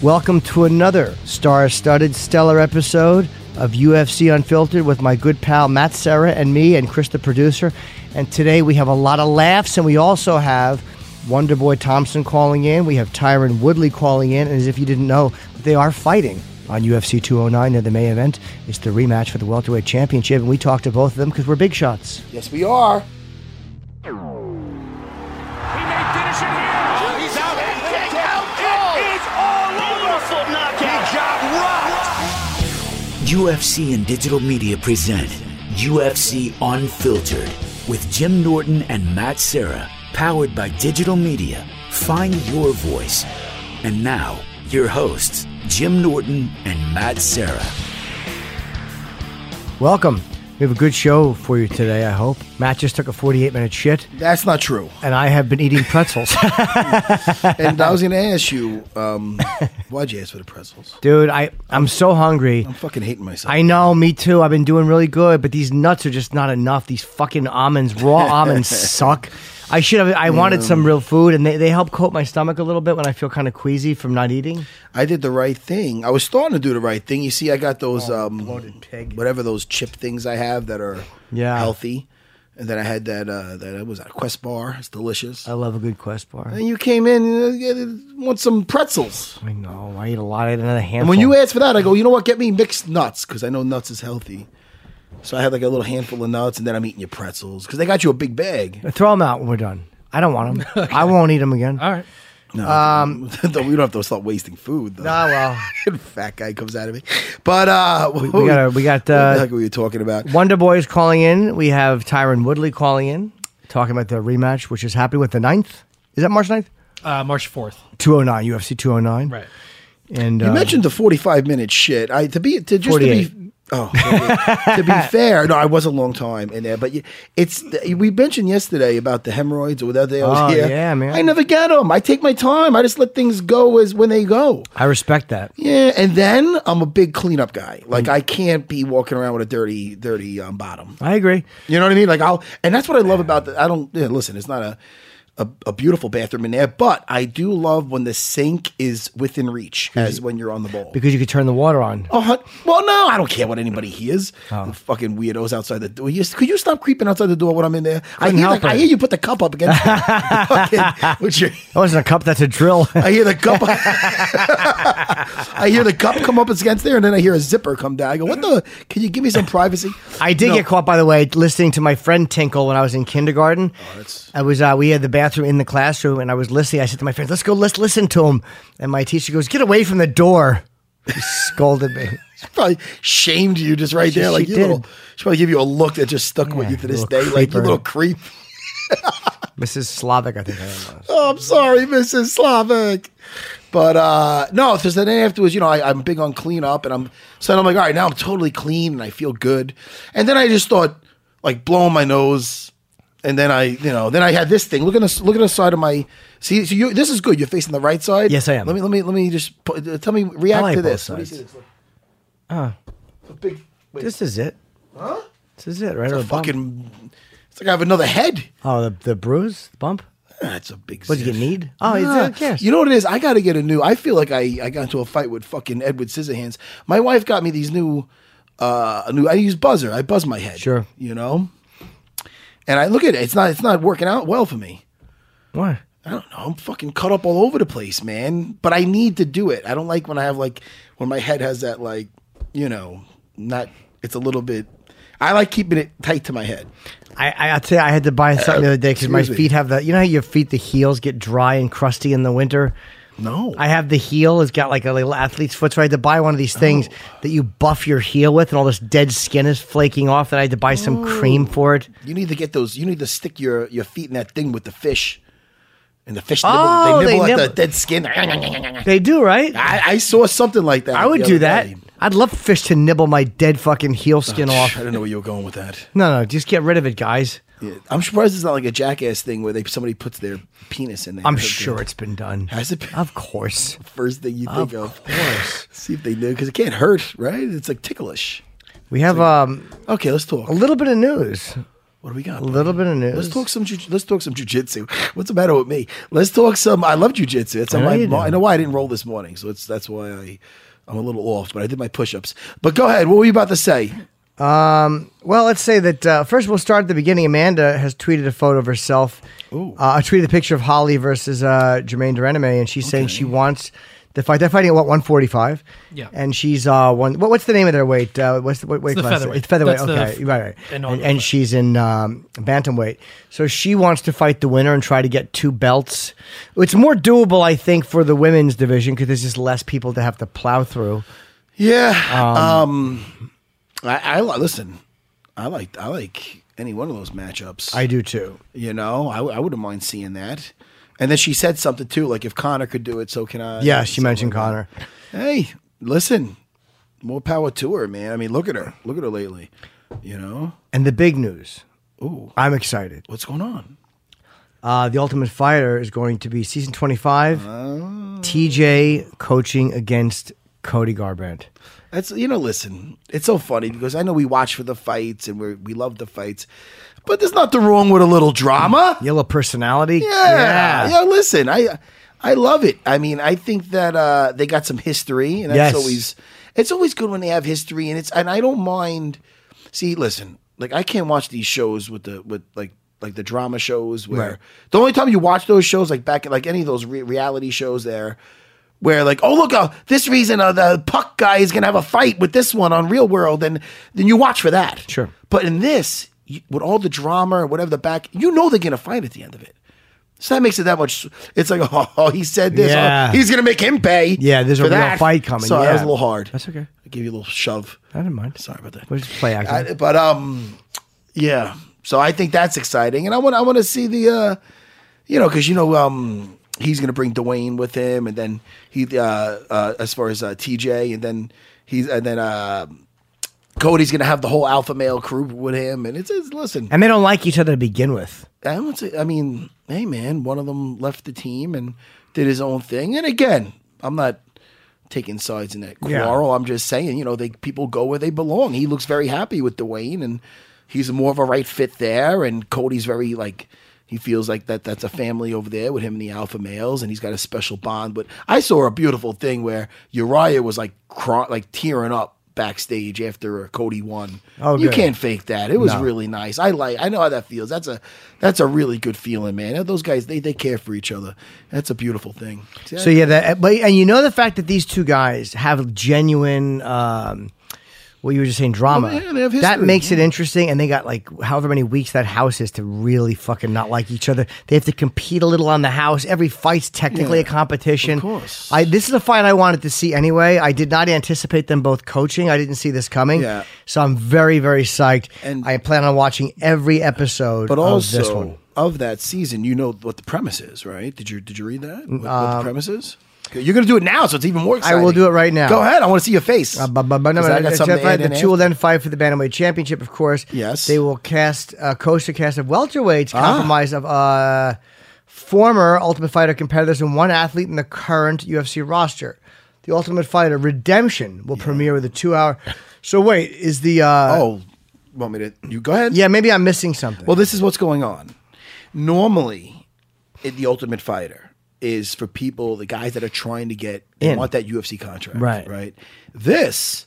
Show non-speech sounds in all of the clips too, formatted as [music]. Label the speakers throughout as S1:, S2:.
S1: Welcome to another star studded, stellar episode of UFC Unfiltered with my good pal Matt Serra and me and Chris, the producer. And today we have a lot of laughs, and we also have Wonder Boy Thompson calling in. We have Tyron Woodley calling in. And as if you didn't know, they are fighting on UFC 209 in the main event. It's the rematch for the Welterweight Championship, and we talked to both of them because we're big shots.
S2: Yes, we are.
S3: He may finish it here. he's out. It is all over. He got rocked.
S4: UFC and digital media present UFC Unfiltered with Jim Norton and Matt Serra, powered by digital media. Find your voice. And now, your hosts, Jim Norton and Matt Serra.
S1: Welcome. We have a good show for you today, I hope. Matt just took a 48 minute shit,
S2: That's not true.
S1: and I have been eating pretzels. [laughs]
S2: And I was going to ask you, um, why'd you ask for the pretzels?
S1: Dude, I I'm so hungry.
S2: I'm fucking hating myself.
S1: I know, me too. I've been doing really good, but these nuts are just not enough. These fucking almonds, raw almonds suck. I should have. I wanted some real food, and they, they help coat my stomach a little bit when I feel kind of queasy from not eating.
S2: I did the right thing. I was starting to do the right thing. You see, I got those um,
S1: Oh, bloated pig.
S2: whatever those chip things I have that are
S1: Yeah.
S2: healthy. And then I had that uh, that was that Quest bar. It's delicious.
S1: I love a good Quest bar.
S2: and you came in and uh, want some pretzels.
S1: I know. I eat a lot. I eat another handful.
S2: And when you asked for that, I go, you know what? Get me mixed nuts because I know nuts is healthy. So I had like a little handful of nuts, and then I'm eating your pretzels because they got you a big bag. [laughs]
S1: throw them out when we're done. I don't want them. I won't eat them again.
S5: All right.
S2: No, um, we don't have to start wasting food. Though.
S1: Ah well.
S2: [laughs] fat guy comes out of me. But uh, we,
S1: gotta- we got,
S2: [laughs] what
S1: uh,
S2: the heck were you talking about?
S1: Wonder Boy is calling in. We have Tyron Woodley calling in, talking about the rematch, which is happening with the 9th. Is that March oh 9th?
S5: Uh, March 4th.
S1: 209 UFC 209.
S5: Right.
S1: And
S2: You
S1: uh,
S2: mentioned the forty-five minute shit. I to be to just to be
S1: 48.
S2: oh
S1: [laughs]
S2: to be fair. No, I was a long time in there, but you- it's we mentioned yesterday about the hemorrhoids or whatever they
S1: Oh,
S2: was here.
S1: yeah, man.
S2: I never get them. I take my time. I just let things go as when they go.
S1: I respect that.
S2: Yeah, and then I'm a big cleanup guy.
S1: Mm.
S2: Like I can't be walking around with a dirty, dirty um, bottom.
S1: I agree.
S2: You know what I mean? Like I'll, and that's what I love about the. I don't yeah, listen. It's not a, a a beautiful bathroom in there, but I do love when the sink is within reach, as when you're on the bowl.
S1: Because you could turn the water on.
S2: Oh, hun- well, no, I don't care what anybody hears. The fucking weirdos outside the door. You- Could you stop creeping outside the door when I'm in there? I hear,
S1: help
S2: like, I
S1: it.
S2: hear you put the cup up against. the fucking, with your-
S1: That wasn't a cup, that's a drill. [laughs]
S2: I hear the cup. [laughs] I hear the cup come up against there, and then I hear a zipper come down. I go, "What the? Can you give me some privacy?"
S1: I did
S2: No.
S1: get caught, by the way, listening to my friend Tinkle when I was in kindergarten.
S5: Oh,
S1: I was uh, we had the bathroom in the classroom, and I was listening. I said to my friends, "Let's go, let's listen to him." And my teacher goes, "Get away from the door!" [laughs] He scolded me. [laughs]
S2: probably shamed you just right
S1: She-
S2: there. Like
S1: she
S2: you
S1: did.
S2: little, she probably give you a look that just stuck with
S1: Yeah,
S2: you to this
S1: little
S2: day. Like you
S1: creeper.
S2: little creep.
S1: Mrs. Slavic, I think. I was.
S2: Oh, I'm sorry, Mrs. Slavic. But uh no, so then afterwards, you know, I, I'm big on cleanup and I'm so then I'm like, all right, now I'm totally clean and I feel good. And then I just thought like blowing my nose. And then I, you know, then I had this thing. Look at the look at the side of my. See, so you, this is good. You're facing the right side.
S1: Yes, I am.
S2: Let me, let me, let me just put, tell me. React
S1: like
S2: to
S1: both
S2: this. What do you
S1: sides.
S2: see this? Ah, a big. Wait,
S1: This is it. Huh? This is it, right?
S2: a
S1: over the bump.
S2: fucking. It's like I have another head.
S1: Oh, the, the bruise, the bump.
S2: That's a big.
S1: What did you
S2: ziff.
S1: get? Need? Oh, it's
S2: Nah.
S1: uh, yes.
S2: You know what it is? I got to get a new. I feel like I, I got into a fight with fucking Edward Scissorhands. My wife got me these new, uh, a new. I use buzzer. I buzz my head.
S1: Sure.
S2: You know, and I look at it. It's not. It's not working out well for me.
S1: Why?
S2: I don't know. I'm fucking cut up all over the place, man. But I need to do it. I don't like when I have like when my head has that like, you know, not. It's a little bit. I like keeping it tight to my head.
S1: I, I, I'll tell you, I had to buy something the other day because my
S2: Excuse me.
S1: feet have the. You know how your feet, the heels get dry and crusty in the winter.
S2: No,
S1: I have the heel. It's got like a little athlete's foot. So I had to buy one of these things that you buff your heel with, and all this dead skin is flaking off. And I had to buy some cream for it.
S2: you need to get those. You need to stick your your feet in that thing with the fish, and the fish nibble.
S1: Oh,
S2: they nibble
S1: they
S2: at
S1: nibble.
S2: the dead skin.
S1: They do, right?
S2: I, I saw something like that.
S1: I would
S2: the
S1: do
S2: other
S1: that.
S2: day.
S1: I'd love fish to nibble my dead fucking heel skin
S2: I
S1: off.
S2: don't know where you were going with that.
S1: No, no, just get rid of it, guys.
S2: Yeah. I'm surprised it's not like a jackass thing where they somebody puts their penis in there.
S1: I'm
S2: That's
S1: sure
S2: the
S1: it's been done.
S2: Has it been?
S1: Of course.
S2: first thing you
S1: Of
S2: think of.
S1: course.
S2: See if they know because it can't hurt, right? It's like ticklish.
S1: We have um,
S2: Okay, let's talk.
S1: a little bit of news.
S2: What do we got?
S1: A little bit of news.
S2: Let's talk some. Ju- let's talk some jujitsu. What's the matter with me? Let's talk some. I love jujitsu. It's on
S1: I know
S2: my.
S1: you do.
S2: I know why I didn't roll this morning, so it's that's why I. I'm a little off, but I did my push-ups. But go ahead. What were you about to say?
S1: Well, let's say that uh, first we'll start at the beginning. Amanda has tweeted a photo of herself. Uh, I tweeted a picture of Holly versus uh, Jermaine Duraname, and she's saying she wants the fight. They're fighting at what one forty five.
S5: Yeah.
S1: and she's uh one. What, what's the name of their weight? Uh, what's the what weight
S5: the
S1: class?
S5: featherweight.
S1: It's featherweight.
S5: That's the
S1: okay,
S5: f-
S1: right, right. And,
S5: inaugural
S1: and
S5: fight.
S1: she's in um, bantamweight, so she wants to fight the winner and try to get two belts. It's more doable, I think, for the women's division because there's just less people to have to plow through.
S2: Yeah. Um. I, I li- listen. I like. I like any one of those matchups.
S1: I do too.
S2: You know, I, w- I wouldn't mind seeing that. And then she said something too, like if Connor could do it, so can I.
S1: Yeah, she
S2: So,
S1: mentioned
S2: like,
S1: Connor.
S2: Hey, listen, more power to her, man. I mean, look at her, look at her lately. You know,
S1: And the big news.
S2: Ooh.
S1: I'm excited.
S2: what's going on?
S1: Uh, the Ultimate Fighter is going to be season 25.
S2: Oh.
S1: TJ coaching against Cody Garbrandt.
S2: That's you know, listen, it's so funny because I know we watch for the fights and we we love the fights, but there's nothing wrong with a little drama.
S1: Yellow personality.
S2: Yeah. Yeah, listen, I I love it. I mean, I think that uh they got some history and
S1: Yes.
S2: that's always it's always good when they have history and it's and I don't mind see, listen, like I can't watch these shows with the with like like the drama shows where
S1: Right.
S2: the only time you watch those shows like back like any of those re- reality shows there where like oh look uh, this reason uh, the puck guy is gonna have a fight with this one on real world and then you watch for that
S1: Sure.
S2: but in this you, with all the drama and whatever the back you know they're gonna fight at the end of it so that makes it that much. It's like, [laughs] oh, he said this.
S1: Yeah.
S2: Oh, he's gonna make him pay.
S1: Yeah, there's a
S2: for
S1: real
S2: that.
S1: fight coming,
S2: Sorry,
S1: yeah.
S2: that was a little hard.
S1: That's okay.
S2: I gave you a little shove.
S1: I didn't mind.
S2: Sorry about that.
S1: We'll just play acting.
S2: I- but um, yeah. So I think that's exciting, and I want I want to see the, uh, you know, because you know um he's gonna bring Dwayne with him, and then he uh, uh as far as uh, TJ, and then he's and then uh. Cody's gonna have the whole alpha male crew with him, and it's, it's listen.
S1: and they don't like each other to begin with.
S2: I would say, I mean, hey man, one of them left the team and did his own thing. And again, I'm not taking sides in that
S1: Yeah.
S2: quarrel. I'm just saying, you know, they people go where they belong. He looks very happy with Dwayne, and he's more of a right fit there. And Cody's very like he feels like that that's a family over there with him and the alpha males, and he's got a special bond. But I saw a beautiful thing where Uriah was like cry, like tearing up backstage after Cody won.
S1: Oh,
S2: you
S1: good.
S2: can't fake that. It was
S1: No.
S2: really nice. I like. I know how that feels. That's a that's a really good feeling, man. Those guys they they care for each other. That's a beautiful thing. See, I-
S1: So yeah, that eh, but and you know the fact that these two guys have genuine um what you were just saying drama.
S2: Well, yeah, they have
S1: that
S2: history,
S1: makes it interesting and they got like however many weeks that house is to really fucking not like each other. They have to compete a little on the house. Every fight's technically
S2: Yeah,
S1: a competition.
S2: of course.
S1: I this is a fight I wanted to see anyway. I did not anticipate them both coaching. I didn't see this coming.
S2: Yeah.
S1: So I'm very very psyched and
S2: And-
S1: I plan on watching every episode
S2: but
S1: of
S2: also
S1: Oh, this one.
S2: of that season, you know what the premise is, right? Did you did you read that? What, what the premise is? Okay, You're gonna do it now, so it's even more
S1: Um, I
S2: exciting.
S1: will do it right now.
S2: Go ahead. I want to see your face.
S1: Uh, but, but, but no,
S2: 'Cause
S1: no,
S2: I got
S1: no,
S2: something
S1: Jeff,
S2: to
S1: uh,
S2: add in
S1: the two will
S2: after.
S1: then fight for the bantamweight championship, of course.
S2: Yes. Ah.
S1: they will cast uh, coast to cast of welterweights, compromised of uh, former Ultimate Fighter competitors and one athlete in the current UFC roster. The Ultimate Fighter Redemption will premiere with a two-hour. So wait, is the uh,
S2: Oh, want me to? You go ahead.
S1: yeah? Maybe I'm missing something.
S2: Well, this is what's going on. Normally, in the Ultimate Fighter is for people, the guys that are trying to get they
S1: In.
S2: want that UFC contract,
S1: Right.
S2: Right. This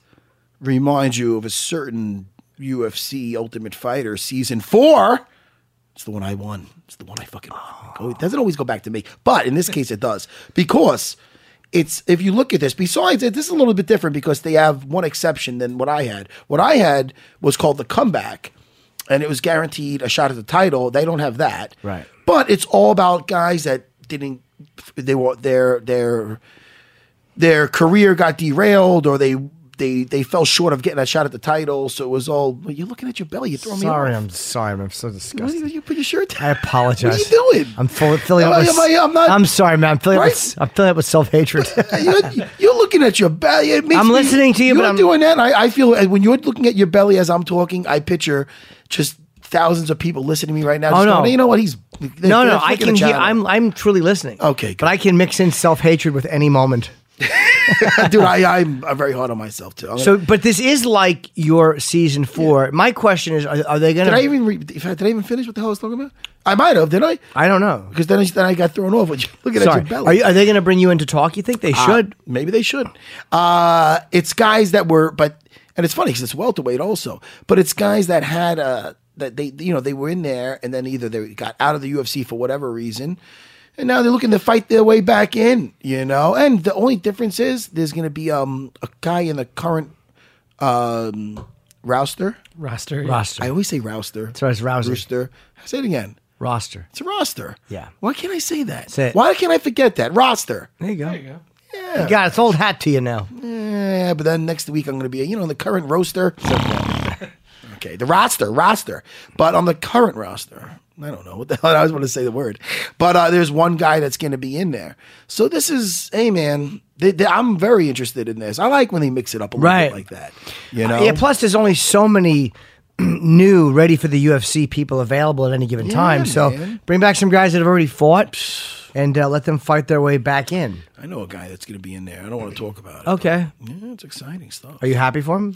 S2: reminds you of a certain UFC Ultimate Fighter season four It's the one I won. It's the one I fucking won. Go- It doesn't always go back to me, but in this case, it does because it's. If you look at this, besides it, this is a little bit different because they have one exception than what I had. What I had was called the comeback, and it was guaranteed a shot at the title. They don't have that,
S5: Right.
S2: But it's all about guys that didn't. They were their their their career got derailed or they. They, they fell short of getting a shot at the title, so it was all. Well, you're looking at your belly. You're throwing me.
S1: Sorry,
S2: off.
S1: I'm sorry. I'm so
S2: What
S1: disgusted.
S2: you, you put your shirt down.
S1: I apologize.
S2: What are you doing?
S1: I'm full, filling
S2: Am
S1: up.
S2: I-
S1: With,
S2: am I- I'm not-
S1: I'm sorry, man. I'm filling up. With,
S2: Right?
S1: I'm filling up with self hatred. [laughs]
S2: [laughs] you're, you're looking at your belly. It makes
S1: I'm
S2: me-
S1: listening to you, but
S2: You're
S1: I'm-
S2: doing that. and I, I feel and when you're looking at your belly as I'm talking, I picture just thousands of people listening to me right now. just
S1: Oh, no.
S2: going, you know what? He's they're-
S1: no,
S2: they're
S1: no. I
S2: flicking
S1: can
S2: the
S1: hear. I'm
S2: channel."
S1: I'm truly listening.
S2: Okay,
S1: but I can mix in self hatred with any moment.
S2: [laughs] dude. I, I'm, I'm very hard on myself too. I'm
S1: So,
S2: gonna-
S1: but this is like your season four. My question is: Are, are they going
S2: did
S1: to?
S2: I even re- did I did I even finish what the hell I was talking about? I might have, did I?
S1: I don't know.
S2: Because then, I- then I got thrown off. With you looking
S1: Sorry.
S2: at your belly. Ah,
S1: Are, you, are they going to bring you into talk? You think they should?
S2: Maybe they should. Uh, it's guys that were, but and it's funny because it's welterweight also, but it's guys that had uh that they you know they were in there and then either they got out of the UFC for whatever reason, and now they're looking to fight their way back in. You know, and the only difference is there's going to be um a guy in the current um roster.
S5: roster.
S1: roster.
S2: I always say roster. That's
S1: right, it's rousing.
S2: Rooster. Say it again.
S1: roster.
S2: It's a roster.
S1: Yeah.
S2: Why can't I say that?
S1: Say it.
S2: Why can't I forget that roster?
S1: There you go. There you go. Yeah. God, it's old hat to you now.
S2: Yeah, but then next week I'm going to be, you know, on the current roster. [laughs] okay, the roster, roster. But on the current roster, I don't know what the hell [laughs] I was going to say the word. But uh, there's one guy that's going to be in there. So this is, hey man, they, they, I'm very interested in this. I like when they mix it up a little
S1: Right. Uh,
S2: bit like that. You know,
S1: Yeah. Plus, there's only so many [clears throat] new, ready for the UFC people available at any given time. So
S2: man.
S1: bring back some guys that have already fought and uh, let them fight their way back in.
S2: I know a guy that's going to be in there. I don't want to talk about it.
S1: Okay.
S2: Yeah, it's exciting stuff.
S1: Are you happy for them?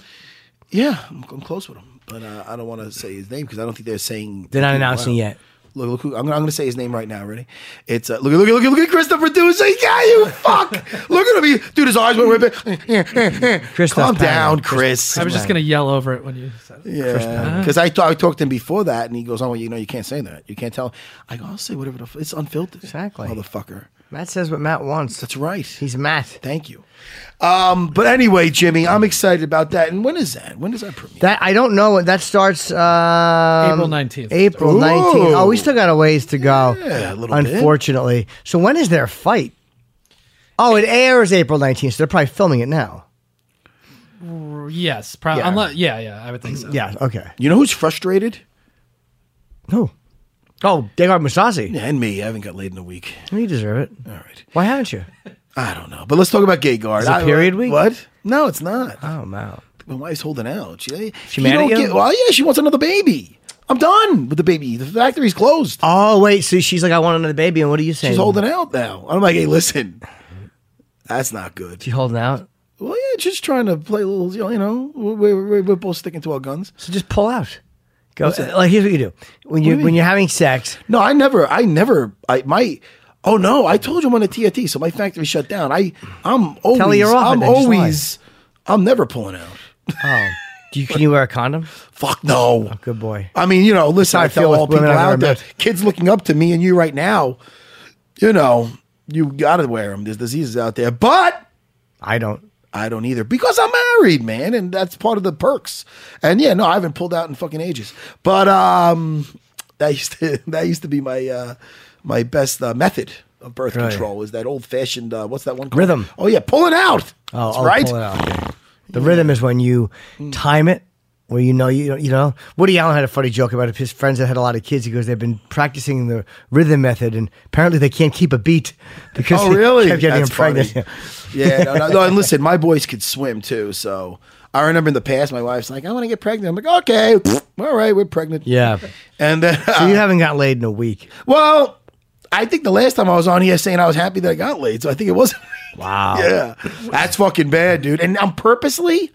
S2: Yeah, I'm, I'm close with him, but uh, I don't want to say his name because I don't think they're saying
S1: They're not announcing yet.
S2: Look, look, who, I'm, gonna- I'm going to say his name right now. Ready? It's uh, look, at- look, at- look, at- look at Chris, the producer. Yeah, you
S1: [laughs]
S2: fuck. look at him. He, dude, his eyes went way back.
S1: Chris
S2: Calm
S1: does power.
S2: down, Chris.
S5: I was just gonna yell over it when you said it.
S2: Yeah, because I, thought I talked to him before that, and he goes, "Oh, well, you know, you can't say that. You can't tell." I go, "I'll say whatever the f- it's unfiltered."
S1: Exactly.
S2: motherfucker.
S1: Matt says what Matt wants.
S2: That's right.
S1: He's Matt.
S2: Thank you. Um, but anyway, Jimmy, I'm excited about that. And when is that? When does that premiere?
S1: That I don't know. That starts um,
S5: April 19th.
S1: April
S2: Ooh.
S1: nineteenth. Oh, we still got a ways to go.
S2: Yeah, a little bit.
S1: unfortunately. So when is their fight? Oh, it airs April nineteenth. So they're probably filming it now.
S5: Yes, probably.
S1: Yeah.
S5: Yeah. yeah, yeah, I would
S1: [clears throat]
S5: think so.
S1: Yeah. Okay.
S2: you know who's frustrated?
S1: No. Oh, Gegard Mousasi.
S2: And me. I haven't got laid in a week.
S1: You deserve it.
S2: All right.
S1: Why haven't you?
S2: I don't know. But let's talk about gay guard.
S1: Is it
S2: I-
S1: period week?
S2: What? No, it's not.
S1: Oh, wow.
S2: My wife's holding out. She,
S1: She mad
S2: don't
S1: at you?
S2: Get, well, yeah, she wants another baby. I'm done with the baby. The factory's closed.
S1: Oh, wait. So she's like, I want another baby. And what are you saying?
S2: She's holding out now. I'm like, hey, listen, that's not good.
S1: She's holding out.
S2: Well, yeah, she's trying to play a little. You know, we're, we're, we're both sticking to our guns.
S1: So just pull out. Go. Like here's what you do when you when you're having sex.
S2: No, I never, I never, I my. Oh no! I told you I'm on a TRT, so my factory shut down. I, I'm always,
S1: her you're off it
S2: I'm
S1: then, just lie.
S2: always, I'm never pulling out.
S1: Oh, do you, can you wear a condom?
S2: Fuck no.
S1: Good boy.
S2: I mean, you know, listen,
S1: how
S2: I
S1: I feel
S2: feel
S1: with
S2: all people
S1: women I've ever
S2: out there,
S1: met.
S2: kids looking up to me and you right now, you know, you gotta wear them. There's diseases out there, but
S1: I don't.
S2: I don't either because I'm married, man, and that's part of the perks. And yeah, no, I haven't pulled out in fucking ages, but um, that used to [laughs] that used to be my uh, my best uh, method of birth
S1: Right.
S2: control is that old fashioned uh, what's that one called?
S1: Rhythm.
S2: Oh yeah, pulling out.
S1: Oh,
S2: That's
S1: oh,
S2: right.
S1: pull it out. Mm. The rhythm is when you time it, where you know you you know. Woody Allen had a funny joke about his friends that had a lot of kids. He goes, they've been practicing the rhythm method, and apparently they can't keep a beat because
S2: Oh,
S1: they
S2: really?
S1: kept getting
S2: That's
S1: them pregnant.
S2: funny. Yeah, no, no, no, and listen, my boys could swim too. So I remember in the past, my wife's like, "I want to get pregnant." I'm like, "Okay, all right, we're
S1: [laughs]
S2: pregnant."
S1: Yeah.
S2: and then
S1: So [laughs] you haven't got laid in a week.
S2: [laughs] well, I think the last time I was on here saying I was happy that I got laid, so I think it was. [laughs]
S1: Wow.
S2: yeah, that's fucking bad, dude. And I'm purposely,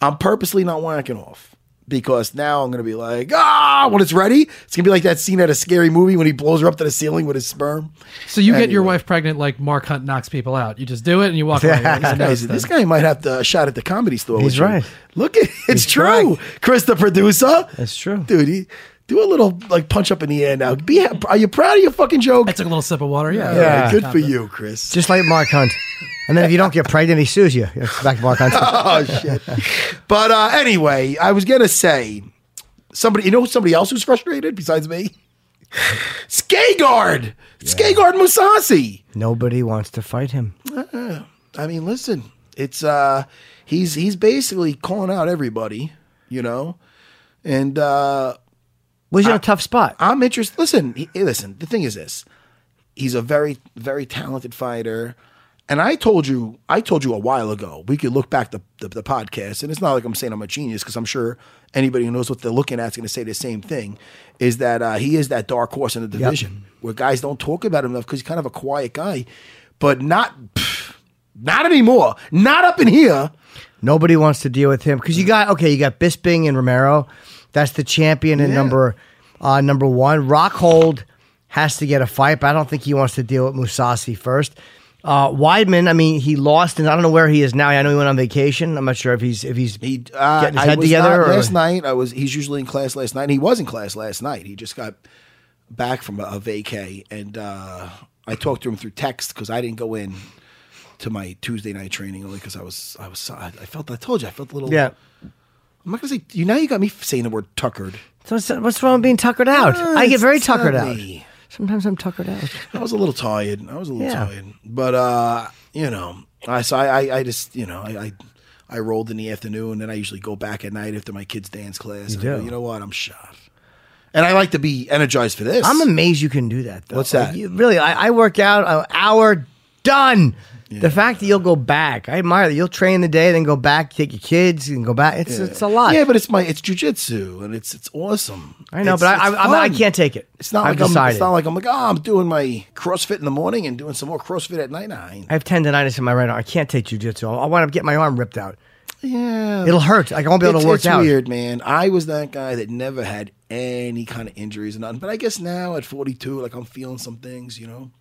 S2: I'm purposely not whacking off. Because now I'm gonna be like, ah, when it's ready, it's gonna be like that scene at a scary movie when he blows her up to the ceiling with his sperm.
S5: So you get your
S2: Anyway.
S5: wife pregnant like Mark Hunt knocks people out. You just do it and you walk away.
S2: This guy, this guy might have to a shot at the comedy store.
S1: He's
S2: with you.
S1: right.
S2: Look, at, it's true. Chris, the producer.
S1: That's true.
S2: dude. He, Do a little like punch up in the air now. Be ha- are you proud of your fucking joke?
S5: [laughs] I took a little sip of water. Yeah.
S2: All right,
S1: Yeah.
S2: good for you, Chris.
S1: Just like Mark Hunt. And then if you don't get pregnant, he sues you. It's back to Mark Hunt. [laughs]
S2: [laughs] oh shit. But uh, anyway, I was gonna say somebody. You know somebody else who's frustrated besides
S1: [laughs]
S2: me? Skagard, Skagard Musasi.
S1: Nobody wants to fight him.
S2: I mean, listen, it's uh, he's he's basically calling out everybody, you know, and uh,
S1: Was in a tough spot.
S2: I'm interested. Listen, he- hey, listen. The thing is this: he's a very, very talented fighter. And I told you, I told you a while ago. We could look back the the, the podcast, and it's not like I'm saying I'm a genius because I'm sure anybody who knows what they're looking at is going to say the same thing. Is that uh, he is that dark horse in the division where guys don't talk about him enough because he's kind of a quiet guy, but not. pff, not anymore. Not up in here.
S1: Nobody wants to deal with him because you got okay. You got Bisping and Romero. That's the champion in
S2: Yeah.
S1: number uh, number one. Rockhold has to get a fight, but I don't think he wants to deal with Musasi first. Uh, Weidman, I mean, he lost, and I don't know where he is now. I know he went on vacation. I'm not sure if he's if he's
S2: He uh,
S1: getting his
S2: I
S1: head
S2: was
S1: together.
S2: not
S1: or-
S2: last night. I was. He's usually in class last night. He was in class last night. He just got back from a, a vacay, and uh, I talked to him through text because I didn't go in to my Tuesday night training only because I was I was I I felt I told you I felt a little
S1: Yeah.
S2: I'm not gonna say you now you got me saying the word tuckered.
S1: So what's, what's wrong with being tuckered out?
S2: Uh,
S1: I get
S2: it's-
S1: very
S2: it's not
S1: tuckered out.
S2: me.
S1: Sometimes I'm tuckered out.
S2: I was a little tired. I was a little
S1: Yeah.
S2: tired, but uh, you know, I so I, I, I just you know I, I I rolled in the afternoon, and I usually go back at night after my kids' dance class. You, and I go,
S1: do.
S2: you know what? I'm shot, and I like to be energized for this.
S1: I'm amazed you can do that. Though.
S2: What's
S1: Like,
S2: that?
S1: you- really, I, I work out an hour, done. The fact that you'll go back, I admire that. You'll train the day, then go back, take your kids, and go back. It's it's a lot.
S2: Yeah, but it's my it's jujitsu, and it's it's awesome.
S1: I know,
S2: It's-
S1: but I,
S2: it's
S1: I, I'm- I
S2: fun.
S1: can't take it.
S2: It's not
S1: I've
S2: like I'm,
S1: decided.
S2: it's not like I'm like oh I'm doing my CrossFit in the morning and doing some more CrossFit at night. I ain't-
S1: I have tendonitis in my right arm. I can't take jujitsu. I want to get my arm ripped out.
S2: yeah,
S1: It'll hurt. Like, I won't be able
S2: it's,
S1: to work
S2: it's
S1: out.
S2: weird, man. I was that guy that never had any kind of injuries and nothing. But I guess now at 42, like I'm feeling some things, you know.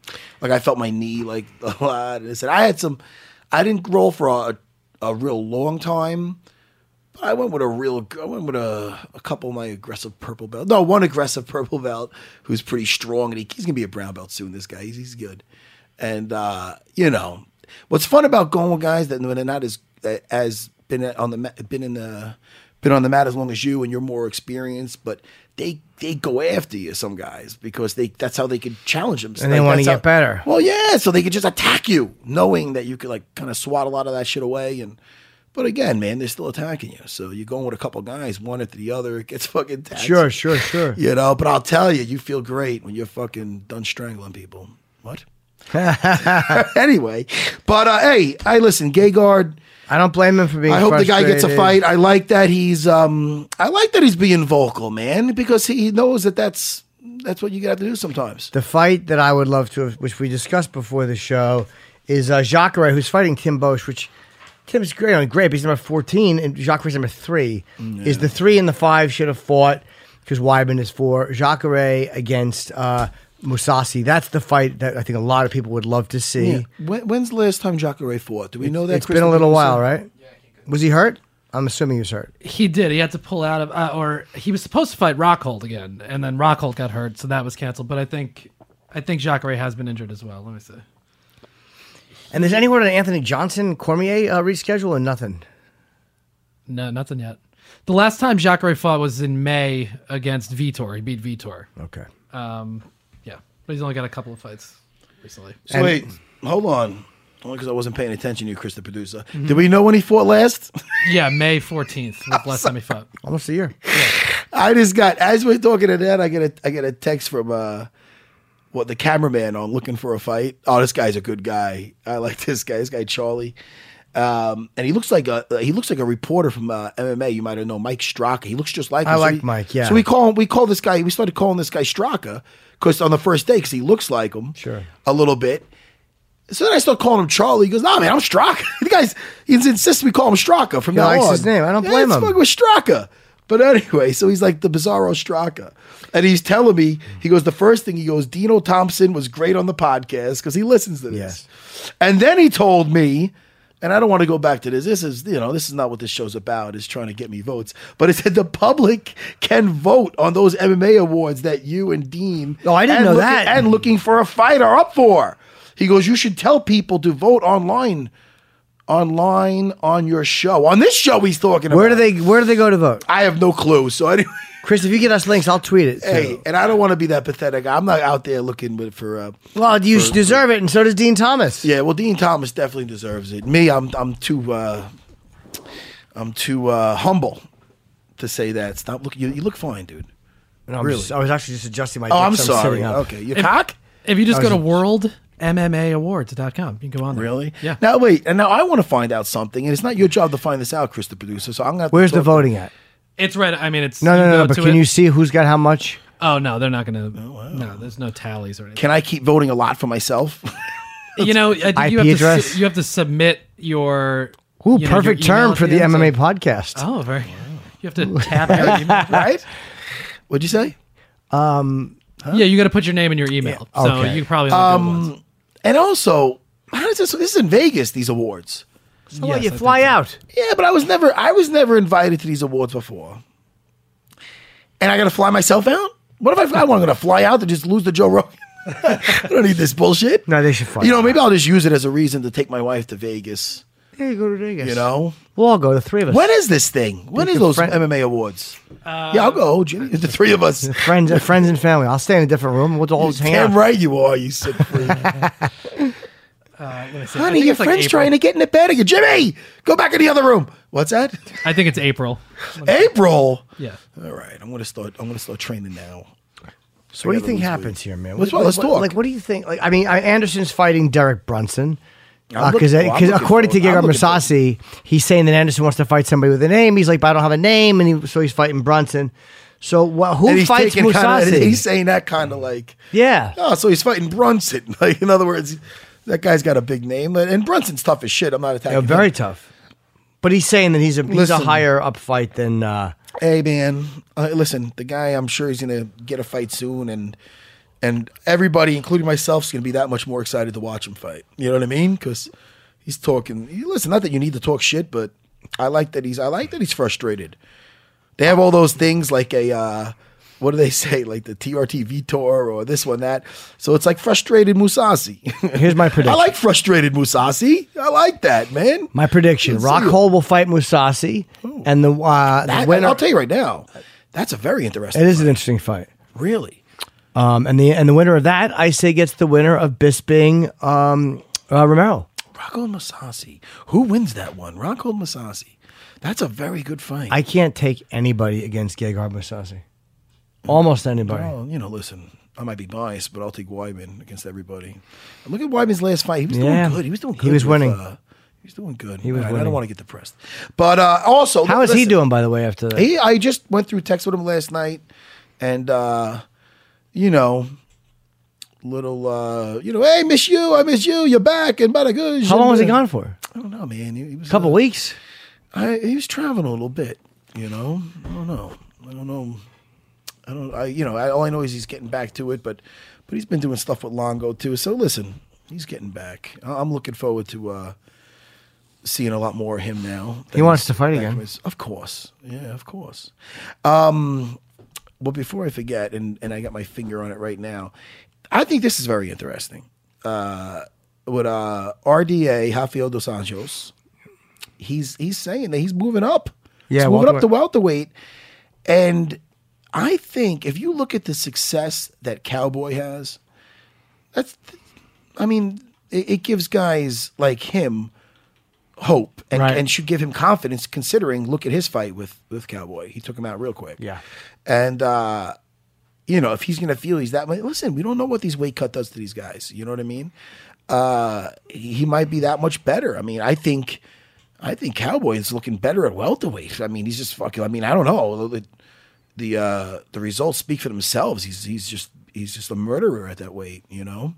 S2: Like I felt my knee like [laughs] a lot. And I said I had some. I didn't roll for a, a real long time. But I went with a real. I went with a, a couple of my aggressive purple belt. No, one aggressive [laughs] purple belt who's pretty strong, and he, he's gonna be a brown belt soon. This guy, he's, he's good. And uh, you know, what's fun about going with guys that when they're not as as been on the ma- been in the been on the mat as long as you, and you're more experienced, but they they go after you. Some guys because they that's how they can challenge them.
S1: And they wanna
S2: that's
S1: get
S2: how-
S1: better.
S2: Well, yeah, so they could just attack you, knowing that you could like kind of swat a lot of that shit away. And but again, man, they're still attacking you. So you're going with a couple guys, one after the other. It gets [laughs] fucking taxed.
S1: Sure, sure, sure.
S2: [laughs] You know, but I'll tell you, you feel great when you're fucking done strangling people.
S1: [laughs]
S2: What? anyway, but uh, hey, I listen, Gegard.
S1: I don't blame him for being.
S2: I hope the guy gets a
S1: frustrated.
S2: fight. I like that he's um I like that he's being vocal, man, because he knows that that's that's what you got to do sometimes.
S1: The fight that I would love to have, which we discussed before the show, is uh, Jacare, who's fighting Tim Bosch, which Tim's great on great, but he's number 14, and Jacare's number three.
S2: Mm,
S1: Is the three and the five should have fought because Wyman is four. Jacare against uh, Musasi. That's the fight that I think a lot of people would love to see.
S2: Yeah. When, when's the last time Jacare fought? Do we know that?
S1: It's been
S2: Chris?
S1: a little while, right? Was he hurt? I'm assuming he was hurt.
S5: He did. He had to pull out of, uh, or he was supposed to fight Rockhold again, and then Rockhold got hurt, so that was canceled. But I think, I think Jacare has been injured as well. Let me see.
S1: And there's anywhere that Anthony Johnson Cormier uh, reschedule or nothing.
S5: No, nothing yet. The last time Jacare fought was in May against Vitor. He beat Vitor.
S1: Okay.
S5: Yeah, but he's only got a couple of fights
S1: [laughs]
S5: recently.
S2: So wait, hold on. Only because I wasn't paying attention to you, Chris, the producer. Did we know when he fought last?
S5: Yeah, May fourteenth was the last time he fought.
S1: Almost a year.
S2: I just got as we're talking to that, I get a I get a text from uh what the cameraman on looking for a fight. Oh, this guy's a good guy. I like [laughs] this guy. This guy Charlie. Um, and he looks like a he looks like a reporter from uh, MMA. You might have known Mike Straka. He looks just like
S1: I
S2: him. So
S1: like
S2: we-
S1: Mike, yeah.
S2: So we call him. We call this guy. We started calling this guy Straka because on the first day, because he looks like him.
S1: Sure.
S2: A little bit. So then I start calling him Charlie. He goes, "Nah, man, I'm Straka." [laughs] the guy's he insists we call him Straka from
S1: He
S2: now
S1: likes
S2: on.
S1: his name. I don't
S2: Yeah,
S1: blame
S2: it's
S1: him.
S2: fucking with Straka. But anyway, so he's like the bizarro Straka. And he's telling me, he goes, the first thing he goes, Dino Thompson was great on the podcast because he listens to this.
S1: Yes.
S2: And then he told me and I don't want to go back to this. This is, you know, this is not what this show's about. Is trying to get me votes, but it's that the public can vote on those MMA awards that you and Dean.
S1: Oh, I didn't
S2: and
S1: know
S2: looking-
S1: that.
S2: And looking for a fight are up for. He goes, you should tell people to vote online, online on your show, on this show. He's talking.
S1: Where do
S2: about.
S1: they Where do they go to vote?
S2: I have no clue. So [laughs] anyway.
S1: Chris, if you get us links, I'll tweet it. too.
S2: Hey, [laughs] and I don't want to be that pathetic. I'm not out there looking with- for. Uh,
S1: well, you deserve it, and so does Dean Thomas.
S2: yeah, well, Dean Thomas definitely deserves it. Me, I'm I'm too uh, I'm too uh, humble to say that. Stop looking. You, you look fine, dude.
S1: No, I'm
S2: Really?
S1: just- I was actually just adjusting my.
S2: Oh,
S1: dick,
S2: I'm
S1: so
S2: sorry.
S1: sitting up.
S2: Okay, your cock.
S5: If you
S1: Oh,
S5: just go to worldmmaawards.com, you can go on there.
S2: Really?
S5: Yeah.
S2: Now wait, and now I want to find out something, and it's not your job to find this out, Chris, the producer. So I'm gonna. Have to
S1: Where's the
S2: talk-
S1: voting at?
S5: It's right. I mean, it's.
S1: No,
S5: you
S1: no,
S5: go
S1: no. But
S5: to
S1: can
S5: it-
S1: you see who's got how much?
S5: Oh, no, they're not going to. No, there's no tallies or anything.
S2: Can I keep voting a lot for myself? [laughs]
S5: you know, I think
S1: IP
S5: you have
S1: address.
S5: To, su- you have to submit your.
S1: Ooh,
S5: you know, your
S1: perfect
S5: email
S1: term
S5: at
S1: for the
S5: end, so-
S1: MMA podcast.
S5: [laughs] Oh, very. You have to tap your email.
S1: [laughs]
S5: address.
S2: right? What'd you say?
S5: Yeah, you got to put your name in your email. So
S1: Okay. Um,
S5: you probably only do it once.
S2: And also, how does this? This is in Vegas. These awards.
S1: So
S5: yes,
S1: what, you
S5: I
S1: fly
S5: think so.
S1: out.
S2: Yeah, but I was never I was never invited to these awards before. And I gotta fly myself out? What if I, I am gonna fly out to just lose the Joe Rogan? [laughs] I don't need this bullshit.
S1: No, they should fly.
S2: You know, maybe I'll just use it as a reason to take my wife to Vegas.
S1: Yeah, you go to Vegas.
S2: You know?
S1: we'll all go. The three of us.
S2: When is this thing? When
S1: Think
S2: is
S1: of
S2: those
S1: friend-
S2: MMA awards? yeah, I'll go, Jimmy. The three
S1: [laughs]
S2: of us.
S1: Friends, friends and family. I'll stay in a different room. We'll all just hang out.
S2: Damn right you are, you sick
S1: [laughs]
S2: freak.
S5: Let me see. I
S2: Honey,
S5: think
S2: your
S5: it's like
S2: friend's
S5: April.
S2: trying to get in the bed again. Jimmy, go back in the other room.
S1: [laughs]
S2: What's that?
S5: I think it's April.
S2: April.
S5: Yeah.
S2: All right, I'm gonna start I'm gonna start training now.
S1: So what do you
S2: gotta
S1: think
S2: lose
S1: happens
S2: weight.
S1: here, man?
S2: Let's-
S1: What-
S2: let's
S1: what-
S2: talk.
S1: Like, what do you think? Like, I mean, I- Anderson's fighting Derek Brunson Uh,
S2: I'm
S1: because
S2: looking- well, I'm looking
S1: according to
S2: forward-
S1: Gegard
S2: I'm looking
S1: Mousasi, he's saying that Anderson wants to fight somebody with a name. He's like, but I don't have a name, and he, so he's fighting Brunson. So wha- who
S2: And he's
S1: fights
S2: taking
S1: Mousasi?
S2: kinda- and he's saying that kind of like,
S1: yeah,
S2: oh, so he's fighting Brunson. [laughs] Like in other words, that guy's got a big name, and- and Brunson's tough as shit. I'm not attacking.
S1: Yeah, very
S2: him.
S1: tough. But he's saying that he's a he's a
S2: Listen.
S1: higher up fight than. Uh,
S2: Hey man, uh, listen, the guy I'm sure he's gonna get a fight soon, and and everybody, including myself, is gonna be that much more excited to watch him fight. You know what I mean? Because he's talking. you- Listen, not that you need to talk shit, but I like that he's I like that he's frustrated. They have all those things like a. Uh, what do they [laughs] say? Like the TRT Vitor or this one, that. So it's like frustrated Musasi.
S1: here's my prediction.
S2: [laughs] I like frustrated Musasi. I like that, man.
S1: my prediction:
S2: Let's see
S1: Rockhold will fight Mousasi, and the uh, the
S2: That-
S1: winner.
S2: I'll tell you right now, that's a very interesting.
S1: it is an interesting fight.
S2: really.
S1: Um, and the and the winner of that, I say, gets the winner of Bisping um, uh, Romero.
S2: Rocco Masasi. Who wins that one? Rocco Masasi. That's a very good fight.
S1: I can't take anybody against Gegard Mousasi. Almost anybody.
S2: well, you know, listen, I might be biased, but I'll take Wyman against everybody. And look at Wyman's last fight. He was
S1: Yeah.
S2: doing good. He was doing
S1: He
S2: good.
S1: was
S2: with,
S1: winning.
S2: uh, he was doing good. He
S1: was
S2: I
S1: winning.
S2: don't want to get depressed. But uh, also,
S1: How is he
S2: listen,
S1: doing, by the way? After that,
S2: He, I just went through text with him last night, and uh, you know, little, uh, you know, hey, miss you, I miss you, you're back, and bada good.
S1: how long was he gone for?
S2: I don't know, man. He, he was
S1: A couple
S2: uh,
S1: weeks.
S2: I, he was traveling a little bit, you know. I don't know. I don't know. I don't. I you know. I, all I know is he's getting back to it, but but he's been doing stuff with Longo too. So listen, he's getting back. I, I'm looking forward to uh seeing a lot more of him now.
S1: He wants to fight again.
S2: Of course. Yeah, of course. Um, but before I forget, and and I got my finger on it right now, I think this is very interesting. Uh, with uh RDA Rafael dos Anjos he's he's saying that he's moving up.
S1: Yeah,
S2: he's moving up to
S1: welterweight.
S2: welterweight. And I think if you look at the success that Cowboy has, that's I mean, it, it gives guys like him hope and,
S1: Right.
S2: and should give him confidence considering look at his fight with with Cowboy. He took him out real quick.
S1: Yeah.
S2: And uh you know, if he's gonna feel he's that much, listen, we don't know what these weight cut does to these guys. You know what I mean? Uh, he he might be that much better. I mean, I think, I think Cowboy is looking better at welterweight. I mean, he's just fucking. I mean, I don't know. The the, uh, the results speak for themselves. He's he's just he's just a murderer at that weight. You know,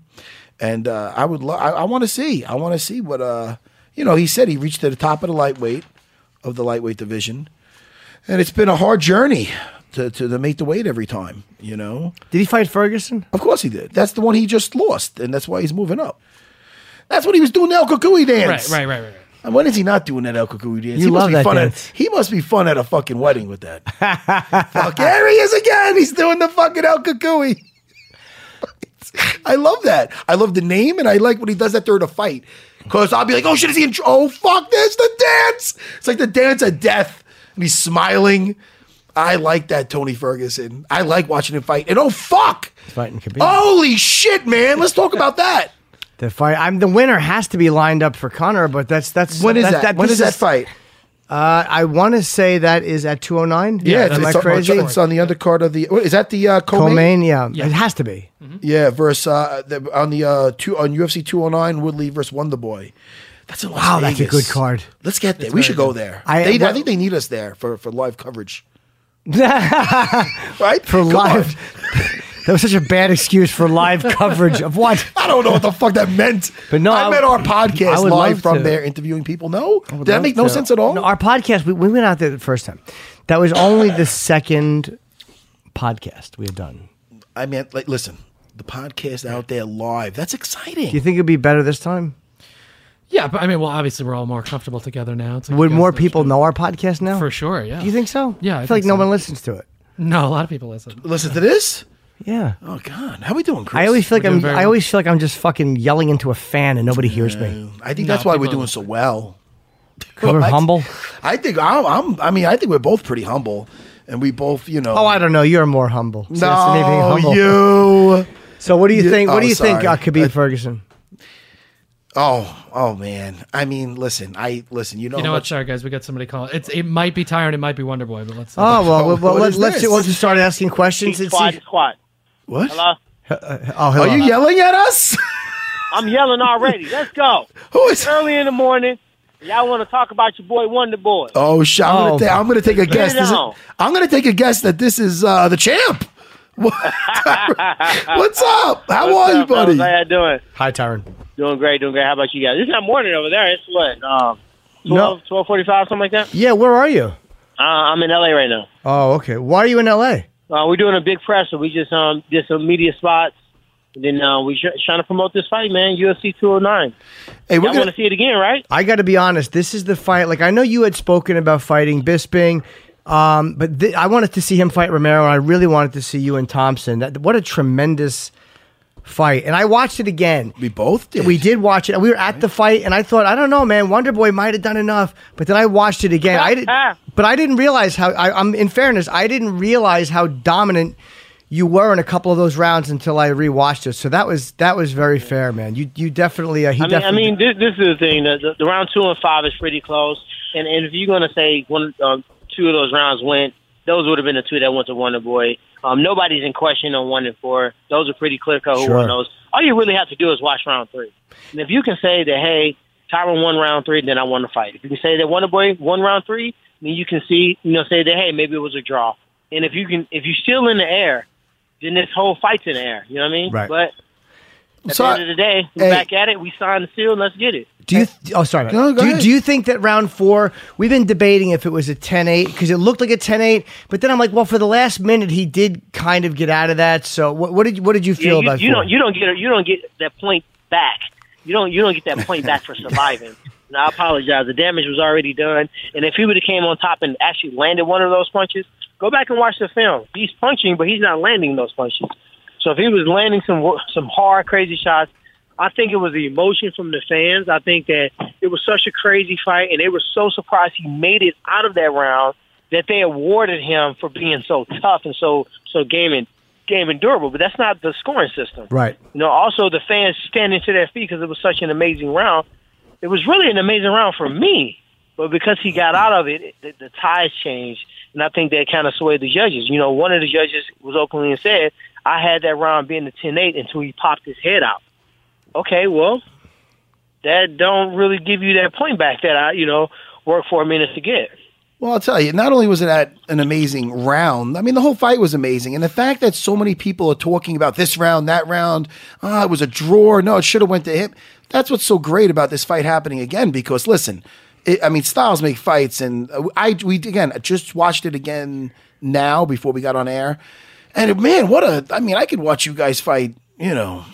S2: and uh, I would love. I, I want to see. I want to see what. Uh, you know, he said he reached to the top of the lightweight of the lightweight division, and it's been a hard journey to to, to make the weight every time. You know.
S1: Did he fight Ferguson?
S2: Of course he did. That's the one he just lost, and that's why he's moving up. That's what he was doing the El Cucuy dance.
S5: Right, right, right, right. right.
S2: And When is he not doing that El Cucuy dance?
S1: You
S2: he must
S1: love
S2: be
S1: that
S2: fun
S1: dance.
S2: At, he must be fun at a fucking wedding with
S1: [laughs]
S2: that. Fuck, there he is again. He's doing the fucking El Cucuy. I love that. I love the name, and I like when he does that during a fight. Because I'll be like, oh shit, is he in? tr- Oh fuck, there's the dance. It's like the dance of death, and he's smiling. I like that Tony Ferguson. I like watching him fight. And oh fuck,
S1: Fighting Khabib.
S2: holy shit, man. Let's talk about that.
S1: The fight. I'm the winner has to be lined up for Connor, but that's that's
S2: When is
S1: that,
S2: that? when
S1: this
S2: is that fight?
S1: Uh, I want to say that is at 209.
S2: Yeah,
S1: am I
S2: it's, it's, on,
S1: crazy?
S2: it's on the undercard of the. what, Is that the uh, co-main?
S1: Comain, yeah. it has to be.
S2: Yeah, versus uh, the, on the uh, two on UFC 209 Woodley versus Wonder Boy. That's in Las
S1: Wow, that's a
S2: Vegas.
S1: good card.
S2: Let's get there. we should go there.
S1: I-
S2: I, they,
S1: well-
S2: I think they need us there for, for
S1: [laughs]
S2: live coverage. right
S1: For
S2: [laughs] Come
S1: live- [laughs]
S2: on.
S1: That was such a bad excuse for
S2: [laughs]
S1: live coverage of what?
S2: I don't know what the fuck that meant.
S1: But no,
S2: I,
S1: I-
S2: met our podcast
S1: I would
S2: live
S1: love
S2: from
S1: to.
S2: there interviewing people. No, did that
S1: love
S2: make no
S1: to.
S2: sense at all?
S1: No, our podcast, we, we went out there the first time. That was only the second podcast we had done.
S2: I meant like listen, the podcast out there live. That's exciting.
S1: Do you think it'd be better this time?
S5: Yeah, but I mean, well, obviously we're all more comfortable together now. It's like
S1: Would
S5: you guys
S1: more
S5: know-
S1: people know our podcast now?
S5: For sure. Yeah.
S1: Do you think so?
S5: Yeah, I
S1: I, feel like
S5: think
S1: no
S5: so.
S1: one listens to it.
S5: No, a lot of people listen.
S2: listen to this?
S1: Yeah.
S2: Oh god, how we doing, Chris?
S1: I always feel like
S5: doing
S1: I'm.
S5: very
S1: I
S5: well.
S1: always feel like I'm just fucking yelling into a fan and nobody hears me.
S2: I think
S5: No,
S2: that's why we're
S5: people-
S2: doing so well.
S1: We're
S2: Right?
S1: humble.
S2: I think I'm, I'm. I mean, I think we're both pretty humble, and we both, you know.
S1: Oh, I don't know. You're more humble. See, that's me being humble.
S2: you.
S1: So what do you
S2: You-
S1: think? What
S2: oh,
S1: do you think,
S2: sorry.
S1: uh, Khabib
S2: Uh,
S1: Ferguson?
S2: Oh, oh man. I mean, listen. I listen. You know.
S5: You know
S2: how
S5: what?
S2: much-
S5: Sorry, guys, we got somebody calling. It's it might be Tyrant, it might be Wonder Boy, but let's.
S1: Oh well, well,
S2: what
S1: well, let's
S2: is
S1: let's
S2: this?
S1: we'll just start asking questions and
S6: Squad,
S1: see.
S6: squad.
S2: What?
S6: Hello?
S1: Oh, hello.
S2: Are you yelling at us? [laughs]
S6: I'm yelling already. Let's go.
S2: Who is?
S6: Early in the morning, y'all want to talk about your boy Wonder Boy.
S2: Oh, shit. I'm,
S1: Oh.
S2: Gonna ta- I'm gonna take a guess.
S6: it
S2: This is-
S6: on.
S2: I'm gonna take a guess that this is uh, the champ. [laughs]
S6: [laughs]
S2: What- What's up? How
S6: What's
S2: are you,
S6: up, fellas?
S2: buddy?
S6: How y'all doing?
S1: Hi, Tyron.
S6: Doing great, doing great. How about you guys? It's not morning over there. It's what, um, 12,
S1: No.
S6: 1245, something like that?
S1: Yeah, where are you?
S6: Uh, I'm in L.A. right now.
S1: Oh, okay. Why are you in L.A.?
S6: Uh, we're doing a big presser. We just um, did some media spots. And then uh, we sh- trying to promote this fight, man. UFC 209.
S2: Hey, we're
S6: Y'all want
S2: gonna.
S6: to see it again, right?
S1: I got to be honest. This is the fight. Like I know you had spoken about fighting Bisping, um, but th- I wanted to see him fight Romero, and I really wanted to see you and Thompson. That, what a tremendous fight! And I watched it again.
S2: We both did.
S1: We did watch it. We were at the fight, and I thought, I don't know, man. Wonder Boy might have done enough, but then I watched it again. I did,
S6: [laughs]
S1: but I didn't realize how. I, I'm in fairness, I didn't realize how dominant you were in a couple of those rounds until I rewatched it. So that was that was very fair, man. You you definitely. Uh, he
S6: I mean, I
S1: definitely.
S6: mean, this, this is the thing. The, the, the round two and five is pretty close, and, and if you're going to say one, um, two of those rounds went, those would have been the two that went to Wonder Boy. Um, nobody's in question on one and four. Those are pretty clear cut who
S1: Sure.
S6: won those. All you really have to do is watch round three, and if you can say that, hey, Tyron won round three, then I won the fight. If you can say that Wonder Boy won round three, then you can see, you know, say that hey, maybe it was a draw. And if you can, if you're still in the air, then this whole fight's in the air. You know what I mean?
S1: Right.
S6: But at
S2: So-
S6: the end of the day, we're
S2: Hey.
S6: back at it. We signed the seal. and Let's get it.
S1: do you? oh, sorry. man.
S2: No, go
S1: do, you-
S2: ahead.
S1: do you think that round four? We've been debating if it was a 10-8 because it looked like a 10-8, but then I'm like, well, for the last minute, he did kind of get out of that. So what, what did you- what did you
S6: Yeah,
S1: feel
S6: you,
S1: about
S6: you
S1: four?
S6: don't you don't get you don't get that point back. You don't you don't get that point back for surviving. And I apologize. The damage was already done. And if he would have came on top and actually landed one of those punches, go back and watch the film. He's punching, but he's not landing those punches. So if he was landing some wo- some hard, crazy shots, I think it was the emotion from the fans. I think that it was such a crazy fight, and they were so surprised he made it out of that round that they awarded him for being so tough and so so game and game and durable. But that's not the scoring system,
S1: Right.
S6: You know, also the fans standing to their feet because it was such an amazing round. It was really an amazing round for me, but because he got out of it, the, the ties changed, and I think that kind of swayed the judges. You know, one of the judges was openly and said, "I had that round being the 10-8 until he popped his head out." okay, well, that don't really give you that point back that I, you know, worked four minutes to get.
S2: Well, I'll tell you, not only was it at an amazing round, I mean, the whole fight was amazing. And the fact that so many people are talking about this round, that round, ah, it was a draw. No, it should have went to him. That's what's so great about this fight happening again, because listen, it, I mean, styles make fights. And uh, I, we, again, I just watched it again now before we got on air. And man, what a, I mean, I could watch you guys fight, you know,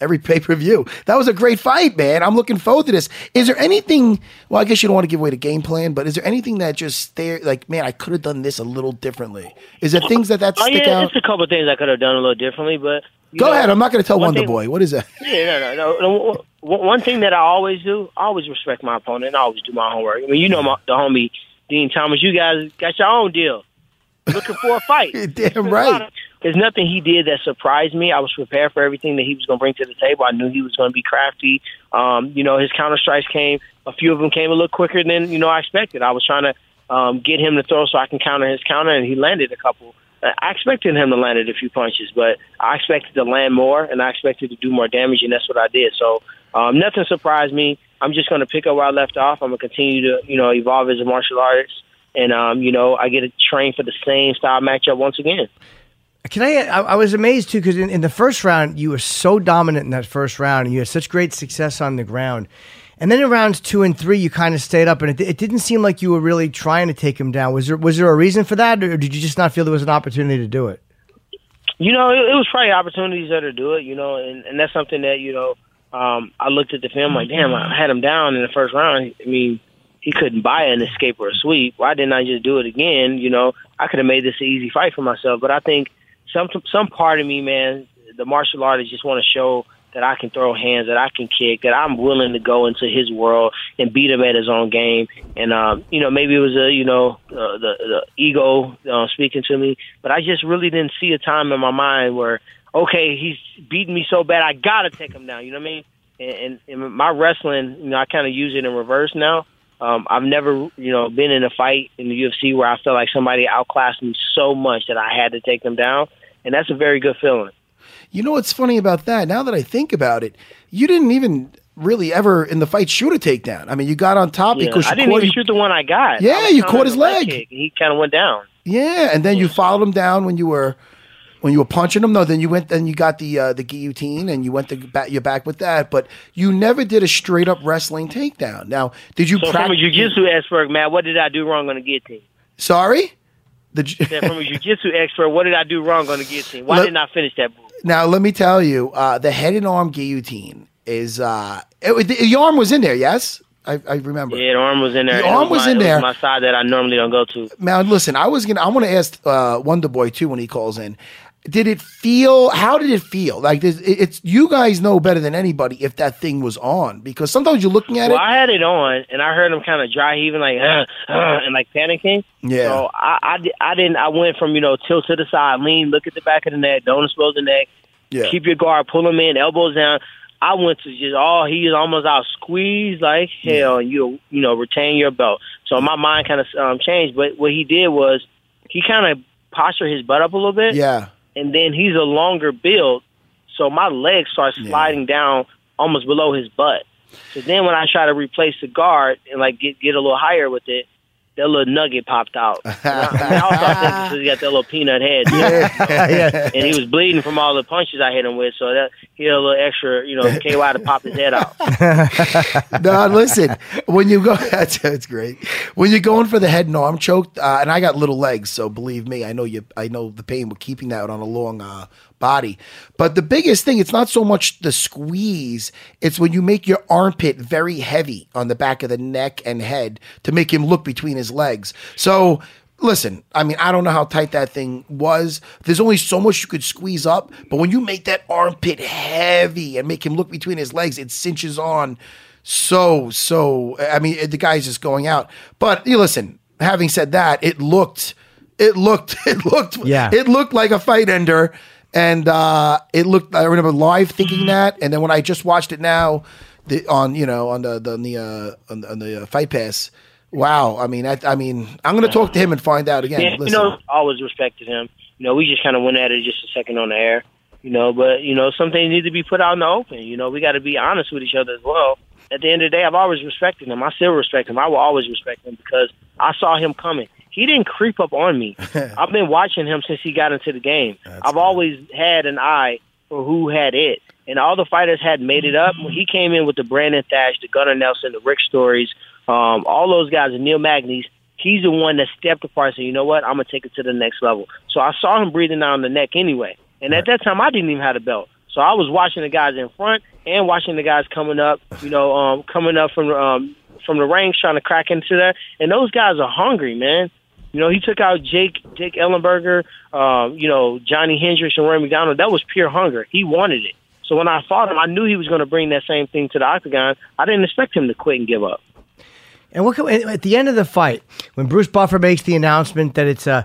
S2: every [laughs] pay per view. That was a great fight, man. I'm looking forward to this. Is there anything? Well, I guess you don't want to give away the game plan, but is there anything that just there? Like, man, I could have done this a little differently. Is there things that that
S6: Oh
S2: stick
S6: yeah,
S2: out?
S6: it's a couple of things I could have done a little differently, but you
S2: Go
S6: know,
S2: ahead. I'm not going to tell
S6: one
S2: Wonder
S6: thing-
S2: Boy. What is that? [laughs]
S6: Yeah, no, no, no. no w- w- one thing that I always do, I always respect my opponent. and I always do my homework. I mean, you know my, the homie Dean Thomas. You guys got your own deal. Looking for a fight.
S2: [laughs] Damn right.
S6: There's nothing he did that surprised me. I was prepared for everything that he was going to bring to the table. I knew he was going to be crafty. Um, you know, his counter strikes came. A few of them came a little quicker than you know I expected. I was trying to um, get him to throw so I can counter his counter, and he landed a couple. Uh, I expected him to land a few punches, but I expected to land more, and I expected to do more damage, and that's what I did. So um, nothing surprised me. I'm just going to pick up where I left off. I'm going to continue to you know evolve as a martial artist. And um, you know, I get to train for the same style matchup once again.
S1: Can I? I, I was amazed too because in, in the first round you were so dominant in that first round, and you had such great success on the ground. And then in rounds two and three, you kind of stayed up, and it, di- it didn't seem like you were really trying to take him down. Was there was there a reason for that, or did you just not feel there was an opportunity to do it?
S6: you know, it, it was probably opportunities there to do it, you know, and, and that's something that, you know, um, I looked at the film like, damn, I had him down in the first round. I mean, he couldn't buy an escape or a sweep. Why didn't I just do it again? You know, I could have made this an easy fight for myself. But I think some some part of me, man, the martial artists just want to show that I can throw hands, that I can kick, that I'm willing to go into his world and beat him at his own game. And um, you know, maybe it was a you know uh, the the ego uh, speaking to me, but I just really didn't see a time in my mind where okay, he's beating me so bad, I gotta take him down. You know what I mean? And, and, and my wrestling, you know, I kind of use it in reverse now. Um, I've never, you know, been in a fight in the UFC where I felt like somebody outclassed me so much that I had to take them down, and that's a very good feeling.
S2: You know what's funny about that? Now that I think about it, you didn't even really ever in the fight shoot a takedown. I mean, you got on top
S6: Yeah,
S2: because you
S6: I didn't
S2: caught
S6: even
S2: him-
S6: shoot the one I got.
S2: Yeah,
S6: I was
S2: you
S6: counting
S2: caught his
S6: the left
S2: leg.
S6: kick, and he kind of went down.
S2: Yeah, and then you followed him down when you were when you were punching him. No, then you went then you got the uh, the guillotine and you went to bat your back with that. But you never did a straight up wrestling takedown. Now, did you
S6: So from a
S2: practice?
S6: jujitsu expert, Matt, what did I do wrong on the
S2: [laughs]
S6: guillotine?
S2: Sorry, the j-
S6: Said, From a jujitsu expert, what did I do wrong on the guillotine? Why
S2: Look-
S6: didn't I finish that move?
S2: [laughs] now let me tell you, uh, the head and arm guillotine is uh, it, was- the, the arm was in there. Yes, I, I remember.
S6: Yeah, the arm was in there.
S2: The
S6: It
S2: arm was
S6: my,
S2: in
S6: it
S2: there.
S6: my side that I normally don't go to.
S2: Now, listen, I was gonna, I want to ask uh, Wonder Boy too when he calls in. Did it feel? How did it feel? Like this, it- it's you guys know better than anybody if that thing was on because sometimes you're looking at
S6: Well,
S2: it.
S6: I had it on, and I heard him kind of dry heaving, like, uh, uh, and like panicking.
S2: Yeah.
S6: So I, I, di- I didn't. I went from you know tilt to the side, lean, look at the back of the neck, don't expose the neck,
S2: Yeah.
S6: keep your guard, pull him in, elbows down. I went to just oh, he is almost out, squeeze like hell, and you you know retain your belt. So my mind kind of um, changed, but what he did was he kind of postured his butt up a little bit,
S2: yeah.
S6: and then he's a longer build, so my legs start sliding down almost below his butt. So then when I try to replace the guard and like get get a little higher with it, that little nugget popped
S1: [laughs]
S6: out. And I, I mean, I also think because he got that little peanut head,
S1: [laughs] yeah.
S6: and he was bleeding from all the punches I hit him with. So that he had a little extra,
S1: [laughs]
S6: you know, KY to pop his head out.
S2: No, listen. When you go, [laughs] that's, that's great. When you're going for the head and arm choke, uh, and I got little legs, so believe me, I know you. I know the pain with keeping that on a long uh, body. But the biggest thing, it's not so much the squeeze; it's when you make your armpit very heavy on the back of the neck and head to make him look between his legs. So. Listen, I mean, I don't know how tight that thing was. There's only so much you could squeeze up, but when you make that armpit heavy and make him look between his legs, it cinches on so so i mean it- the guy's just going out but you listen having said that it looked it looked [laughs] it looked
S1: Yeah.
S2: it looked like a fight ender and uh it looked i remember live thinking that and then when i just watched it now the, on you know on the the, on the uh on the, on the uh, fight pass wow i mean I, I mean i'm gonna talk to him and find out again
S6: Yeah,
S2: listen
S6: you know, I always respected him. You know, we just kind of went at it just a second on the air. You know, but you know, some things need to be put out in the open. You know, we got to be honest with each other as well. At the end of the day, I've always respected him. I still respect him. I will always respect him because I saw him coming. He didn't creep up on me. I've been watching him since he got into the game. I've always had an eye for who had it. And all the fighters had made it up. When he came in with the Brandon Thatch, the Gunnar Nelson, the Rick Stories, um, all those guys, the Neil Magnes, he's the one that stepped apart and said, you know what, I'm going to take it to the next level. So I saw him breathing down the neck anyway. And at that time, I didn't even have a belt. So I was watching the guys in front and watching the guys coming up, you know, um, coming up from um, from the ranks, trying to crack into that. And those guys are hungry, man. You know, he took out Jake Jake Ellenberger, um, you know, Johnny Hendricks and Roy McDonald. That was pure hunger. He wanted it. So when I fought him, I knew he was going to bring that same thing to the octagon. I didn't expect him to quit and give up.
S1: And what can, at the end of the fight, when Bruce Buffer makes the announcement that it's uh,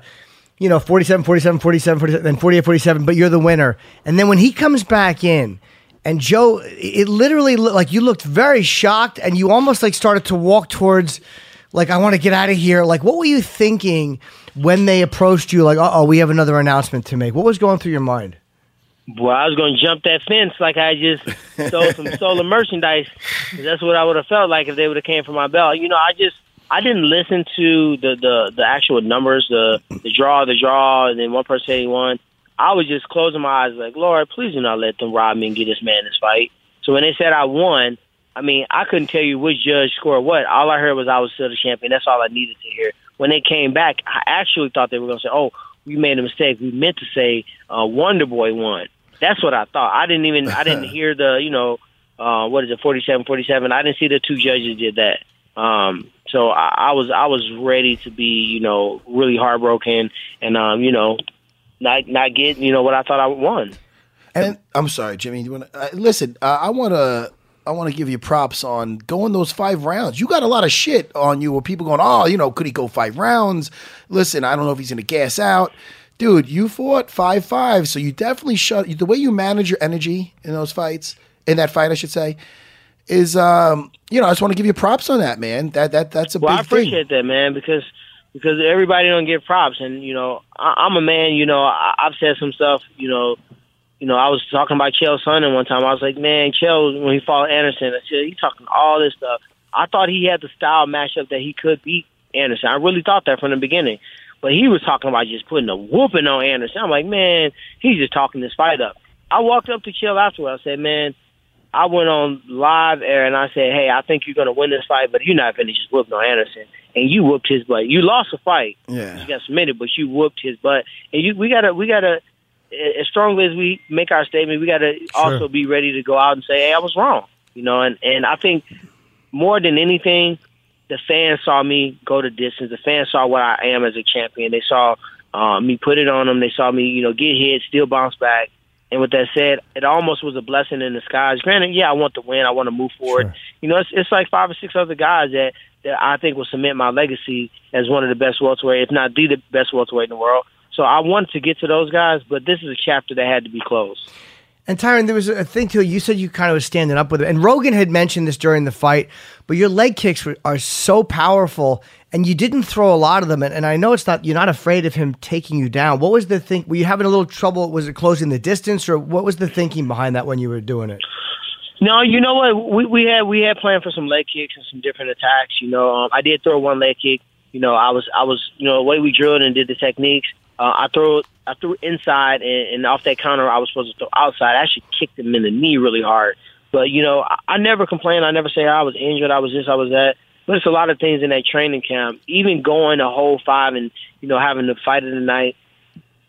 S1: you know, 47, 47, 47, 47, then 48, 47, but you're the winner. And then when he comes back in, and Joe, it literally looked like you looked very shocked and you almost like started to walk towards, like, I want to get out of here. Like, what were you thinking when they approached you? Like, uh oh, we have another announcement to make. What was going through your mind?
S6: Well, I was going to jump that fence like I just sold some stolen merchandise. 'cause That's what I would have felt like if they would have came for my belt. You know, I just I didn't listen to the the the actual numbers, the the draw, the draw, and then one person said he won. I was just closing my eyes, like Lord, please do not let them rob me and get this man this fight. So when they said I won, I mean I couldn't tell you which judge scored what. All I heard was I was still the champion. That's all I needed to hear. When they came back, I actually thought they were going to say, "Oh, we made a mistake. We meant to say uh, Wonder Boy won." That's what I thought. I didn't even I didn't hear the you know uh, what is it forty seven forty seven. I didn't see the two judges did that. Um, so I, I was I was ready to be you know really heartbroken and um, you know not not get you know what I thought I won.
S2: And I'm sorry, Jimmy. You wanna, uh, listen, uh, I want to I want to give you props on going those five rounds. You got a lot of shit on you where people going, oh, you know, could he go five rounds? Listen, I don't know if he's going to gas out. Dude, you fought five five, so you definitely shut the way you manage your energy in those fights, in that fight, I should say, is um, you know, I just want to give you props on that, man. That that that's a
S6: Well,
S2: big
S6: I appreciate
S2: thing.
S6: that, man, because because everybody don't get props, and you know, I, I'm a man. You know, I, I've said some stuff. You know, you know, I was talking about Chael Sonnen one time. I was like, man, Chael when he fought Anderson, I said he talking all this stuff. I thought he had the style matchup that he could beat Anderson. I really thought that from the beginning. But he was talking about just putting a whooping on Anderson. I'm like, man, he's just talking this fight up. I walked up to Chael afterward. I said, man, I went on live air and I said, "Hey, I think you're going to win this fight, but you're not going to just whoop no Anderson." And you whooped his butt. You lost the fight.
S2: Yeah.
S6: You got submitted, but you whooped his butt. And you, we gotta, we gotta, a- as strongly as we make our statement, we gotta also be ready to go out and say, "Hey, I was wrong." You know, and and I think more than anything, the fans saw me go the distance. The fans saw what I am as a champion. They saw uh, me put it on them. They saw me, you know, get hit, still bounce back. And with that said, it almost was a blessing in disguise. Granted, yeah, I want to win. I want to move forward. You know, it's, it's like five or six other guys that that I think will cement my legacy as one of the best welterweight, if not the, the best welterweight in the world. So I wanted to get to those guys, but this is a chapter that had to be closed.
S1: And Tyron, there was a thing too. You said you kind of was standing up with it, and Rogan had mentioned this during the fight. But your leg kicks were, are so powerful, and you didn't throw a lot of them. And, and I know it's not you're not afraid of him taking you down. What was the thing? Were you having a little trouble? Was it closing the distance, or what was the thinking behind that when you were doing it?
S6: No, you know what? We we had we had planned for some leg kicks and some different attacks. You know, um, I did throw one leg kick. You know, I was I was you know the way we drilled and did the techniques. Uh, I threw I threw inside and, and off that counter I was supposed to throw outside. I actually kicked him in the knee really hard. But you know, I, I never complained. I never say I was injured. I was this. I was that. But it's a lot of things in that training camp. Even going a whole five and you know having the fight of the night.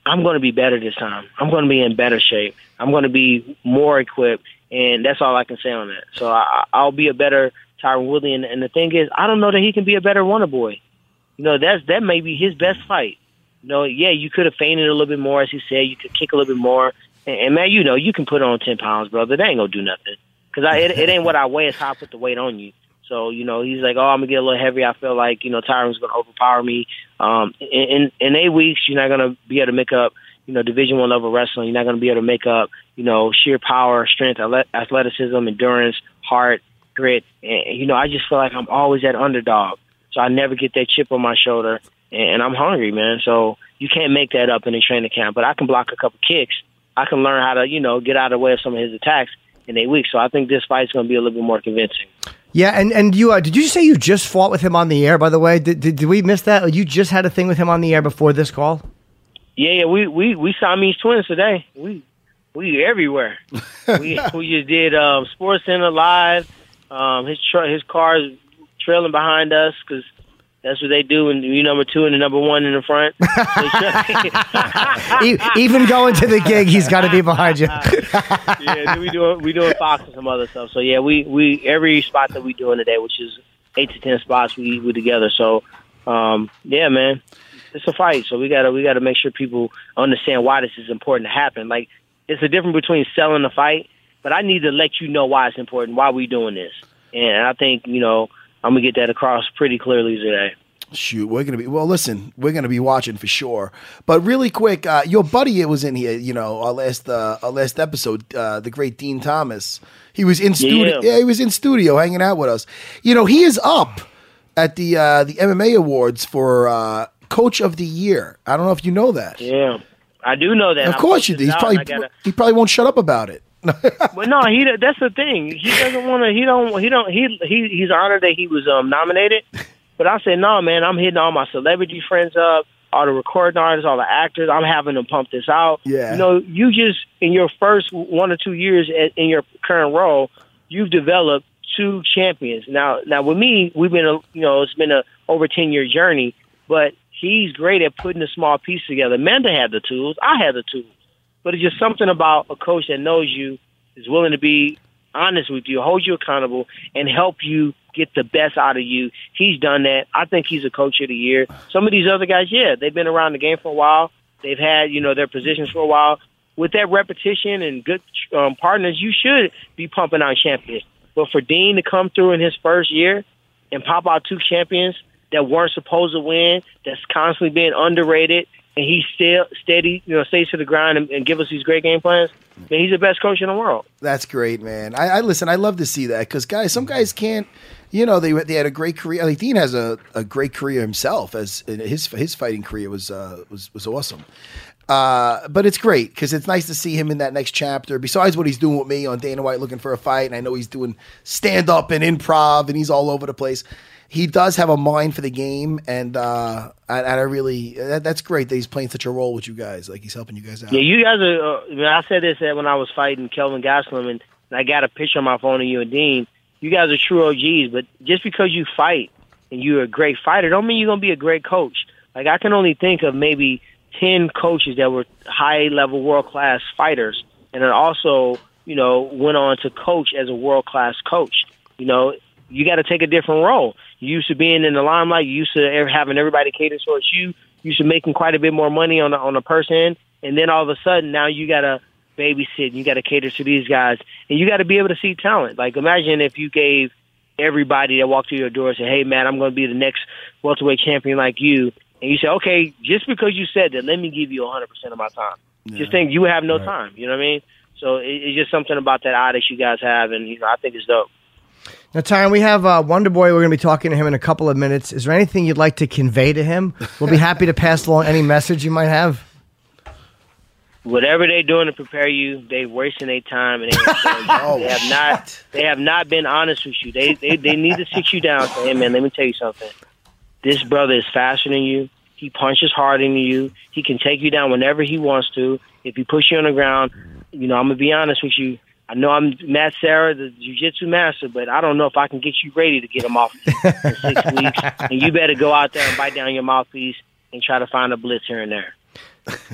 S6: I'm going to be better this time. I'm going to be in better shape. I'm going to be more equipped, and that's all I can say on that. So I, I'll be a better Tyron Woodley. And, and the thing is, I don't know that he can be a better Wonder Boy. You know, that's that may be his best fight. You know, yeah, you could have fainted a little bit more, as he said. You could kick a little bit more, and, and man, you know, you can put on ten pounds, brother. That ain't gonna do nothing because it, it ain't what I weigh. It's how I put the weight on you. So you know, he's like, oh, I'm gonna get a little heavy. I feel like you know Tyron's gonna overpower me. Um, in in, in eight weeks, you're not gonna be able to make up. You know, Division One level wrestling. You're not gonna be able to make up. You know, sheer power, strength, athle- athleticism, endurance, heart, grit. And you know, I just feel like I'm always that underdog. So I never get that chip on my shoulder, and, and I'm hungry, man. So you can't make that up in a training camp. But I can block a couple kicks. I can learn how to, you know, get out of the way of some of his attacks in eight weeks. So I think this fight's going to be a little bit more convincing.
S1: Yeah, and and you uh, did you say you just fought with him on the air? By the way, did, did, did we miss that? Or You just had a thing with him on the air before this call.
S6: Yeah, yeah, we we we Siamese twins today. We we everywhere. we we just did um, Sports Center live. Um, his tra- his car's trailing behind us because That's what they do, and you number two and the number one in the front.
S1: E- even going to the gig, he's got to be behind you.
S6: yeah, then we doing we doing Fox and some other stuff. So yeah, we we every spot that we doing today, which is eight to ten spots, we we together. So um, yeah, man, it's a fight. So we gotta we gotta make sure people understand why this is important to happen. Like it's a difference between selling the fight, but I need to let you know why it's important, why we doing this, and I think you know I'm gonna get that across pretty clearly today.
S2: Shoot, we're gonna be well. Listen, we're gonna be watching for sure. But really quick, uh, your buddy it was in here. You know, our last uh, our last episode, uh, the great Dean Thomas. He was in studio. Yeah.
S6: Yeah.
S2: he was in studio hanging out with us. You know, he is up at the uh, the MMA awards for uh, Coach of the Year. I don't know if you know that.
S6: Yeah, I do know that.
S2: Of
S6: I
S2: course you
S6: posted
S2: do. He's
S6: it out,
S2: probably
S6: and I gotta-
S2: he probably won't shut up about it.
S6: Well, no, he. That's the thing. He doesn't want to. He don't. He don't. He he. He's honored that he was um nominated. But I said, no, man. I'm hitting all my celebrity friends up, all the recording artists, all the actors. I'm having them pump this out.
S2: Yeah.
S6: You know, you just in your first one or two years at, in your current role, you've developed two champions. Now, now with me, we've been a you know it's been a over ten year journey, but he's great at putting the small piece together. Manda had the tools. I had the tools. But it's just something about a coach that knows you, is willing to be honest with you, hold you accountable, and help you get the best out of you. He's done that. I think he's a coach of the year. Some of these other guys, yeah, they've been around the game for a while. They've had, you know, their positions for a while. With that repetition and good um, partners, you should be pumping out champions. But for Dean to come through in his first year and pop out two champions that weren't supposed to win, that's constantly being underrated, and he still steady, you know, stays to the grind and, and give us these great game plans. Man, he's the best coach in the world.
S2: That's great, man. I, I listen. I love to see that because guys, some guys can't. You know, they they had a great career. Like Dean has a, a great career himself. As his his fighting career was uh, was was awesome. Uh, but it's great because it's nice to see him in that next chapter. Besides what he's doing with me on Dana White looking for a fight, and I know he's doing stand up and improv, and he's all over the place. He does have a mind for the game, and uh, and, and I really that, that's great that he's playing such a role with you guys. Like he's helping you guys out.
S6: Yeah, you guys are. Uh, I, mean, I said this uh, when I was fighting Kelvin Gastelum, and, and I got a picture on my phone of you and Dean. You guys are true OGs, but just because you fight and you're a great fighter, don't mean you're gonna be a great coach. Like I can only think of maybe ten coaches that were high level, world class fighters, and then also you know went on to coach as a world class coach. You know, you got to take a different role. You used to being in the limelight. You used to ev- having everybody cater towards you. You used to making quite a bit more money on the, on a person, and then all of a sudden now you got to babysit. And you got to cater to these guys, and you got to be able to see talent. Like imagine if you gave everybody that walked through your door and said, "Hey, man, I'm going to be the next welterweight champion like you," and you say, "Okay, just because you said that, let me give you 100 percent of my time." Just think, you have no time. You know what I mean? So it, it's just something about that eye that you guys have, and you know, I think it's dope.
S1: Now, Tyron, we have uh, Wonder Boy. We're going to be talking to him in a couple of minutes. Is there anything you'd like to convey to him? We'll be happy to pass along any message you might have.
S6: whatever they're doing to prepare you, they wasting their time and they, they have not they have not been honest with you. They they, they need to sit you down. and Say, hey man, let me tell you something. This brother is faster than you. He punches harder than you. He can take you down whenever he wants to. If he puts you on the ground, you know I'm gonna be honest with you. I know I'm Matt Sarah, the jiu-jitsu master, but I don't know if I can get you ready to get him off in six weeks. And you better go out there and bite down your mouthpiece and try to find a blitz here and there.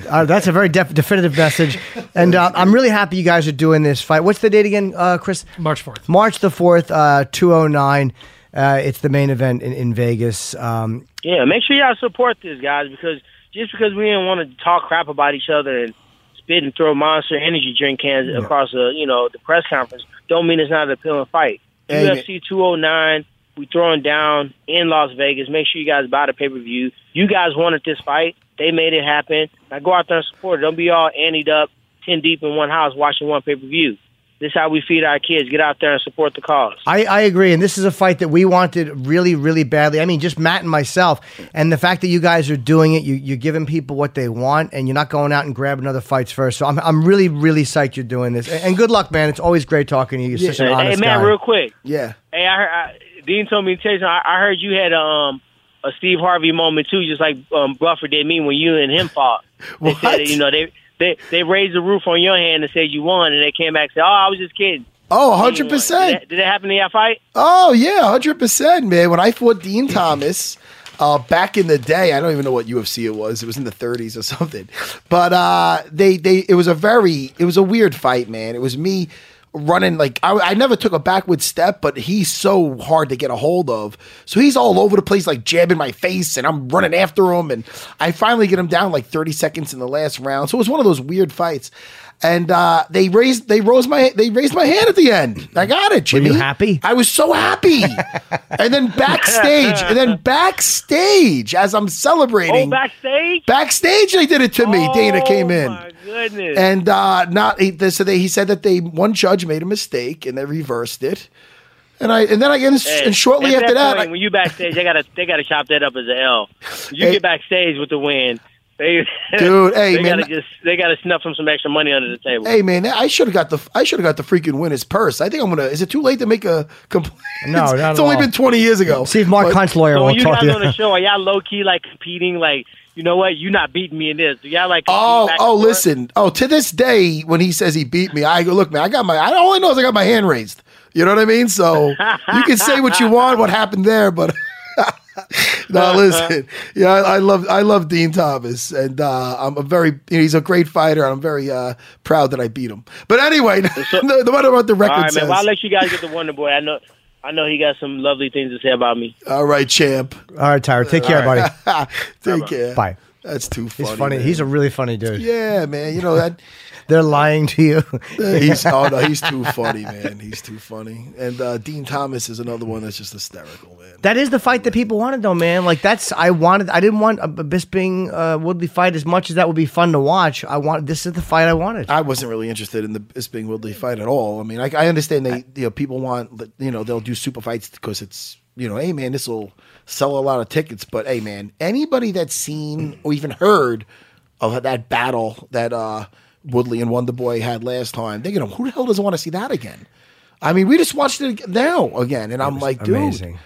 S1: Uh, that's a very def- definitive message. And uh, I'm really happy you guys are doing this fight. What's the date again, uh, Chris?
S5: March fourth.
S1: March the 4th, uh, 209. Uh, it's the main event in, in Vegas. Um,
S6: Yeah, make sure y'all support this, guys, because just because we didn't want to talk crap about each other and spit and throw monster energy drink cans across the you know the press conference, don't mean it's not an appealing fight.
S2: Hey,
S6: UFC 209, we throwing down in Las Vegas. Make sure you guys buy the pay per view. You guys wanted this fight, they made it happen. Now go out there and support it. Don't be all antied up, ten deep in one house watching one pay per view. This is how we feed our kids. Get out there and support the cause.
S1: I, I agree. And this is a fight that we wanted really, really badly. I mean, just Matt and myself. And the fact that you guys are doing it, you, you're giving people what they want and you're not going out and grabbing other fights first. So I'm, I'm really, really psyched you're doing this. And, and good luck, man. It's always great talking to you. You're such an
S6: Hey,
S1: honest
S6: man,
S1: guy.
S6: real quick.
S2: yeah.
S6: Hey, I, heard, I Dean told me to tell you something. I, I heard you had um a Steve Harvey moment too, just like um, Buffer did me when you and him
S2: [laughs]
S6: fought. They
S2: What?
S6: said that, you know they they they raised the roof on your hand and said you won, and they came back and said, "Oh, I was just kidding."
S2: Oh,
S6: You
S2: 100
S6: won." Did
S2: percent.
S6: that, did that happen in your fight?
S2: Oh yeah, hundred percent, man. When I fought Dean Thomas, uh, back in the day, I don't even know what UFC it was. It was in the 30s or something. But uh, they they it was a very it was a weird fight, man. It was me running like I, I never took a backward step, but he's so hard to get a hold of. So he's all over the place, like jabbing my face, and I'm running after him, and I finally get him down like 30 seconds in the last round. So it was one of those weird fights. And uh, they raised they rose my they raised my hand at the end. I got it,
S1: you
S2: Jimmy.
S1: happy?
S2: I was so happy. and then backstage, and then backstage, as I'm
S6: Oh,
S2: celebrating,
S6: backstage.
S2: backstage, they did it to me. Dana came in,
S6: Oh my goodness.
S2: and uh, not he, they, so they, he said that they one judge made a mistake and they reversed it. And I and then I and,
S6: Hey,
S2: and shortly
S6: at
S2: after that,
S6: point,
S2: I-
S6: when you backstage, they gotta they gotta chop that up as a L. You
S2: Hey.
S6: get backstage with the win, they [laughs]
S2: Dude, hey,
S6: they
S2: man.
S6: gotta just they gotta snuff them some extra money under the table.
S2: hey man, I should have got the I should have got the freaking winner's purse. I think I'm gonna. Is it too late to make a complaint?
S1: No,
S2: [laughs] it's,
S1: not
S2: it's
S1: at
S2: only
S1: all.
S2: been 20 years ago.
S1: See if Mark
S2: But-
S1: Hunt's lawyer
S6: so when
S1: won't
S6: you
S1: talk
S6: guys
S1: to
S6: on the
S1: you.
S6: show, are y'all low key like competing? Like you know what, you not beating me in this. Do y'all like compete
S2: Oh,
S6: back and
S2: oh,
S6: forth?
S2: listen. Oh, to this day, when he says he beat me, I go, look, man, I got my, I all I know is I got my hand raised. You know what I mean? So you can say what
S6: [laughs]
S2: you want, what happened there, but [laughs] no, listen. Yeah, I, I love, I love Dean Thomas, and uh, I'm a very, you know, he's a great fighter. and I'm very uh, proud that I beat him. But anyway, [laughs] no, no matter what the record
S6: All right,
S2: says.
S6: man. Well, I'll let you guys get the Wonder Boy. I know. I know he got some lovely things to say about me.
S2: all right, champ.
S1: All right, Tyra. Take care,
S2: [laughs]
S1: buddy.
S2: Take care.
S1: Bye.
S2: That's too funny.
S1: He's funny.
S2: man.
S1: He's a really funny dude.
S2: yeah, man. You know that.
S1: They're lying to you. [laughs]
S2: [laughs] he's oh no, he's too funny, man. He's too funny. And uh, Dean Thomas is another one that's just hysterical, man.
S1: that is the fight that people wanted, though, man. Like that's I wanted. I didn't want a a Bisping uh, Woodley fight as much as that would be fun to watch. I want this is the fight I wanted.
S2: I wasn't really interested in the Bisping Woodley fight at all. I mean, I, I understand they, you know, people want, you know, they'll do super fights because it's, you know, hey man, this will sell a lot of tickets. But hey man, anybody that's seen or even heard of that battle that uh, Woodley and Wonderboy had last time, they're gonna, who the hell doesn't want to see that again? I mean, we just watched it ag- now again, and I'm like, dude.
S1: amazing.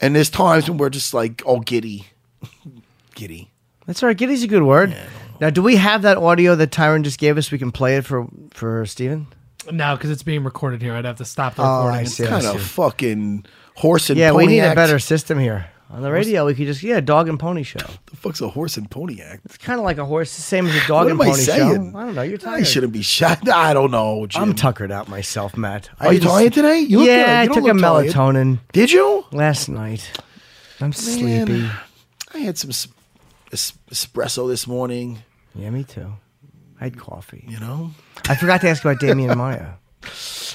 S2: And there's times when we're just like, all giddy, [laughs] giddy.
S1: That's all right. Giddy's a good word. now, do we have that audio that Tyron just gave us? We can play it for for Steven?
S5: No, because it's being recorded here. I'd have to stop the recording.
S1: Oh, I
S5: and
S1: see, I
S2: Kind of fucking horse and
S1: Yeah,
S2: pony
S1: we need a
S2: act.
S1: better system here on the radio. We could just yeah, dog and pony show.
S2: The fuck's a horse and pony act?
S1: It's kind of like a horse, the same as a dog
S2: what
S1: and
S2: am I
S1: pony
S2: saying?
S1: show. I don't know. You're tired.
S2: I shouldn't be shot. [laughs] I don't know. Jim.
S1: I'm tuckered out myself, Matt. I
S2: Are you
S1: just-
S2: tired today? You look good.
S1: yeah,
S2: You don't
S1: I took a
S2: look tired.
S1: melatonin
S2: Did you?
S1: last night. I'm sleepy.
S2: I had some s- es- espresso this morning.
S1: Yeah, me too. I had coffee.
S2: You know.
S1: I forgot to ask about
S2: [laughs]
S1: Damien Maya.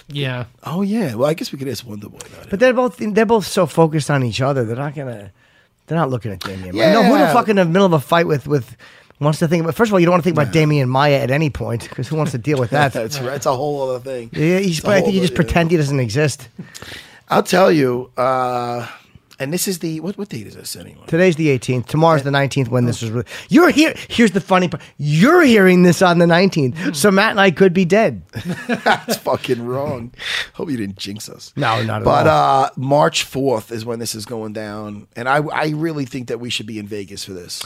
S5: Yeah.
S2: Oh yeah. Well, I guess we could ask Wonderboy about it. [laughs]
S1: But they're both they're both so focused on each other. They're not gonna they're not looking at Damien. Maya. No, who the
S2: Yeah.
S1: fuck in the middle of a fight with with wants to think about? First of all, you don't want to think about Damien Maya at any point because who wants to deal with that?
S2: [laughs] That's right. It's a whole other thing.
S1: yeah, he's,
S2: It's a
S1: but I
S2: whole
S1: think you
S2: other-
S1: just pretend he doesn't exist.
S2: I'll tell you. Uh, and this is the what? What date is this anyway?
S1: Today's the 18th. Tomorrow's the 19th when this is re- You're here. Here's the funny part. You're hearing this on the 19th. So Matt and I could be dead.
S2: That's fucking wrong. Hope you didn't jinx us.
S1: No, not at
S2: but,
S1: all.
S2: uh, March fourth is when this is going down, and I I really think that we should be in Vegas for this.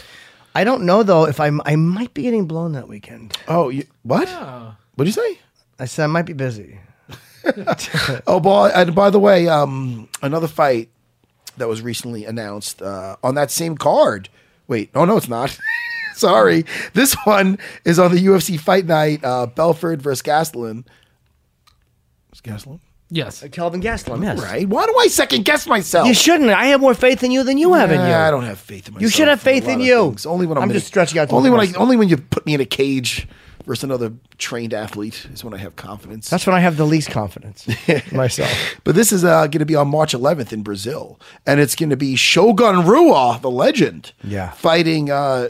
S1: I don't know though if I'm I might be getting blown that weekend.
S2: Oh, you, what? What'd you say?
S1: I said I might be busy.
S2: Oh, boy. And by the way, um, another fight that was recently announced uh, on that same card. Wait, oh no, it's not. [laughs] Sorry, this one is on the UFC Fight Night. Uh, Belford versus Gastelum. Is Gastelum?
S5: Yes.
S1: Kelvin Gastelum, yes.
S2: Right? Why do I second guess myself?
S1: You shouldn't. I have more faith in you than you have in you.
S2: Nah, I don't have faith in myself.
S1: You should have
S2: for a
S1: faith
S2: lot
S1: in
S2: of
S1: you.
S2: things. Only when I'm,
S1: I'm
S2: in a-
S1: just stretching out to
S2: Only
S1: the
S2: when I,
S1: best.
S2: only when you put me in a cage versus another trained athlete is when I have confidence.
S1: That's when I have the least
S2: [laughs]
S1: confidence in myself.
S2: But this is uh, going to be on March 11th in Brazil, and it's going to be Shogun Rua, the legend,
S1: Yeah.
S2: fighting uh,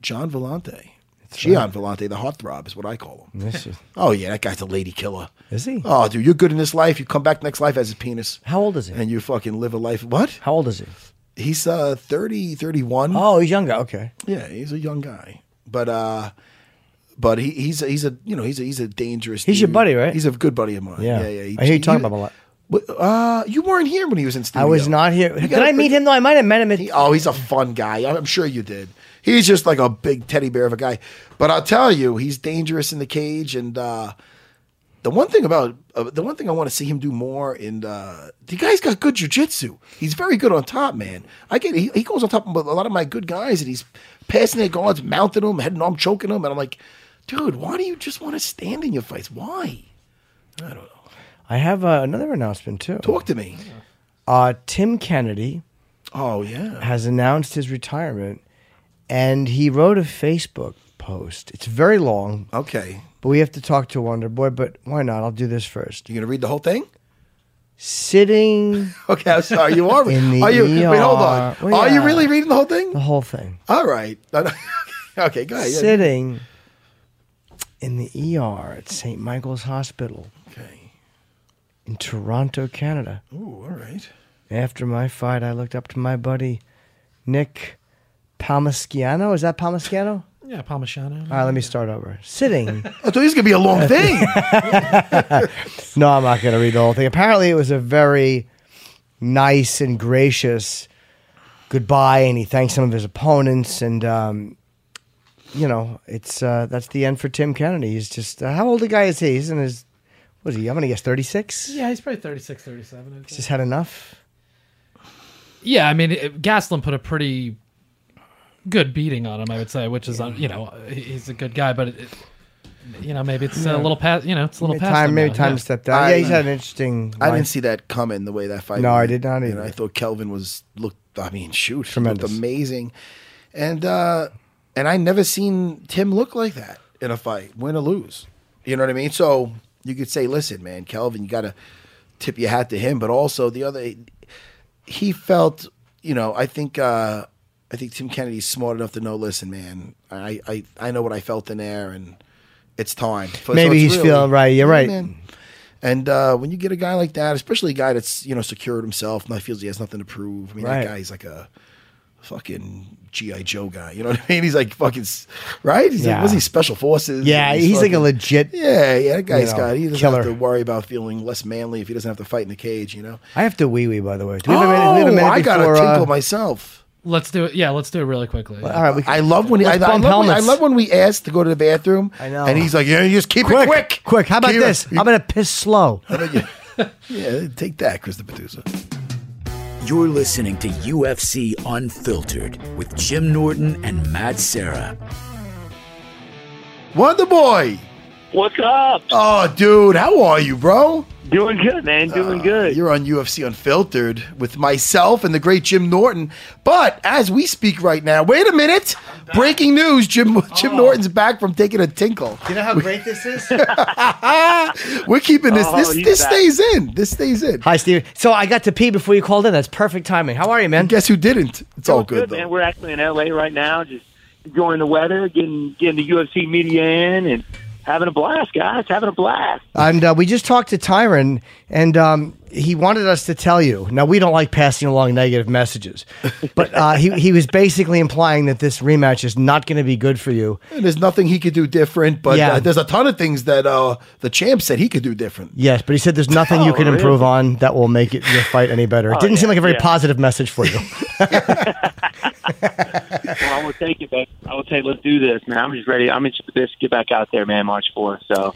S2: John Vellante. Gian Vellante, the heartthrob is what I call him.
S1: This is-
S2: Oh yeah, that guy's a lady killer.
S1: Is he?
S2: Oh, dude, you're good in this life. You come back next life as a penis.
S1: How old is he?
S2: And you fucking live a life. What?
S1: How old is he?
S2: He's uh 30, 31.
S1: Oh, he's younger. Okay.
S2: Yeah, he's a young guy, but uh, but he, he's a, he's a you know he's a, he's a dangerous.
S1: He's your
S2: dude.
S1: buddy, right?
S2: He's a good buddy of mine.
S1: Yeah.
S2: Yeah, yeah.
S1: I hear you talking about him a lot.
S2: But, uh, you weren't here when he was in studio.
S1: I was not here.
S2: You
S1: Did
S2: gotta
S1: I meet
S2: pre-
S1: him though? I might have met him at.
S2: He- oh, he's a fun guy. I'm sure you did. He's just like a big teddy bear of a guy. But I'll tell you, he's dangerous in the cage, and uh, The one thing about uh, the one thing I want to see him do more in uh, the guy's got good jujitsu. He's very good on top, man. I get he, he goes on top of a lot of my good guys, and he's passing their guards, mounting them, heading arm choking them, and I'm like, dude, why do you just want to stand in your fights? Why? I don't know.
S1: I have uh, another announcement too.
S2: Talk to me.
S1: Uh, Tim Kennedy
S2: Oh yeah.
S1: has announced his retirement, and he wrote a Facebook post. It's very long,
S2: Okay.
S1: but we have to talk to Wonder Boy. But why not? I'll do this first.
S2: You gonna read the whole thing?
S1: Sitting
S2: Okay, I'm sorry. You are.
S1: [laughs] In the
S2: are you? Wait, hold on.
S1: ER. Well,
S2: Are you
S1: yeah.
S2: really reading the whole thing?
S1: the whole thing.
S2: All right. [laughs] okay, go ahead. Yeah.
S1: Sitting in the ER at St. Michael's Hospital
S2: Okay.
S1: in Toronto, Canada.
S2: Ooh, all right.
S1: After my fight, I looked up to my buddy Nick Palmasciano. Is that Palmasciano?
S5: Yeah, Palmisano.
S1: All right, let me start over.
S2: [laughs]
S1: Sitting.
S2: I thought Oh, this was gonna be a long thing.
S1: No, I'm not going to read the whole thing. Apparently, it was a very nice and gracious goodbye, and he thanked some of his opponents. And um, you know, it's uh, that's the end for Tim Kennedy. He's just uh, how old the guy is he? He's in his what is he? I'm going to guess 36.
S5: Yeah, he's probably 36, 37. I think.
S1: He's just had enough.
S5: Yeah, I mean, it, Gaslam put a pretty good beating on him, I would say, which is, un- you know, he- he's a good guy, but, it, it- you know, maybe it's a little past, you know, it's a little
S1: Maybe
S5: past
S1: time,
S5: him
S1: maybe
S5: now,
S1: time
S5: yeah.
S1: to step down.
S2: I-
S1: yeah, he's had an interesting.
S2: I
S1: life.
S2: didn't see that coming the way that fight.
S1: No,
S2: went.
S1: I did not
S2: And
S1: either.
S2: I thought Kelvin was looked. I mean, shoot, he
S1: Tremendous.
S2: looked amazing, and uh, and I never seen Tim look like that in a fight, win or lose. You know what I mean? So you could say, listen, man, Kelvin, you got to tip your hat to him, but also the other, he felt, you know, I think. Uh, I think Tim Kennedy's smart enough to know. Listen, man, I, I, I know what I felt in there, and it's time. So
S1: Maybe
S2: it's
S1: he's feeling right. You're
S2: Yeah,
S1: right.
S2: and uh, when you get a guy like that, especially a guy that's you know secured himself, not feels he has nothing to prove. I mean,
S1: Right.
S2: that guy's like a fucking GI Joe guy. You know what I mean? He's like fucking s- right. He's
S1: Yeah.
S2: like, was he special forces?
S1: Yeah,
S2: And
S1: he's, like a
S2: fucking-
S1: legit.
S2: Yeah, yeah, that guy's
S1: know,
S2: got. He doesn't
S1: killer.
S2: have to worry about feeling less manly if he doesn't have to fight in the cage. You know.
S1: I have to wee wee. By the way, do we have a minute? do we have a minute
S2: Oh, I gotta
S1: before, uh,
S2: tinkle myself.
S5: Let's do it. Yeah, let's do it really quickly.
S1: all right, we can,
S2: I love when he, I, I
S1: Let's bump
S2: love when I
S1: helmets.
S2: love when we ask to go to the bathroom.
S1: I know.
S2: and he's like, "Yeah, you just keep it
S1: quick,
S2: quick,
S1: quick. How about
S2: Keep it-
S1: this? I'm going to piss slow.
S2: [laughs] yeah, take that, Chris the producer.
S4: You're listening to UFC Unfiltered with Jim Norton and Matt Sarah.
S2: Wonder Boy.
S6: What's up?
S2: Oh, dude, how are you, bro?
S6: Doing good, man. Doing good.
S2: You're on UFC Unfiltered with myself and the great Jim Norton. But as we speak right now, wait a minute! Breaking news: Jim
S6: Oh.
S2: Jim Norton's back from taking a tinkle.
S1: You know how great this is?
S2: We're keeping this.
S6: Oh,
S2: this
S6: he's
S2: this
S6: back.
S2: stays in. This stays
S1: [laughs]
S2: in.
S1: Hi, Steve. So I got to pee before you called in. That's perfect timing. How are you, man?
S2: Guess who didn't? It's all
S6: Doing
S2: good,
S6: man.
S2: though.
S6: We're actually in LA right now, just enjoying the weather, getting getting the UFC media in, and having a blast, guys. Having a blast.
S1: And uh, we just talked to Tyron, and um, he wanted us to tell you. Now we don't like passing along negative messages, but uh, he he was basically implying that this rematch is not going to be good for you.
S2: And there's nothing he could do different, but
S1: Yeah.
S2: uh, there's a ton of things that uh, the champ said he could do different.
S1: Yes, but he said there's nothing you can improve on that will make it your fight any better. It didn't seem like a very
S6: yeah.
S1: positive message for you.
S6: Well, I will take it, but I will say, let's do this, man. I'm just ready. I'm itching for this. to Get back out there, man. March 4th. So,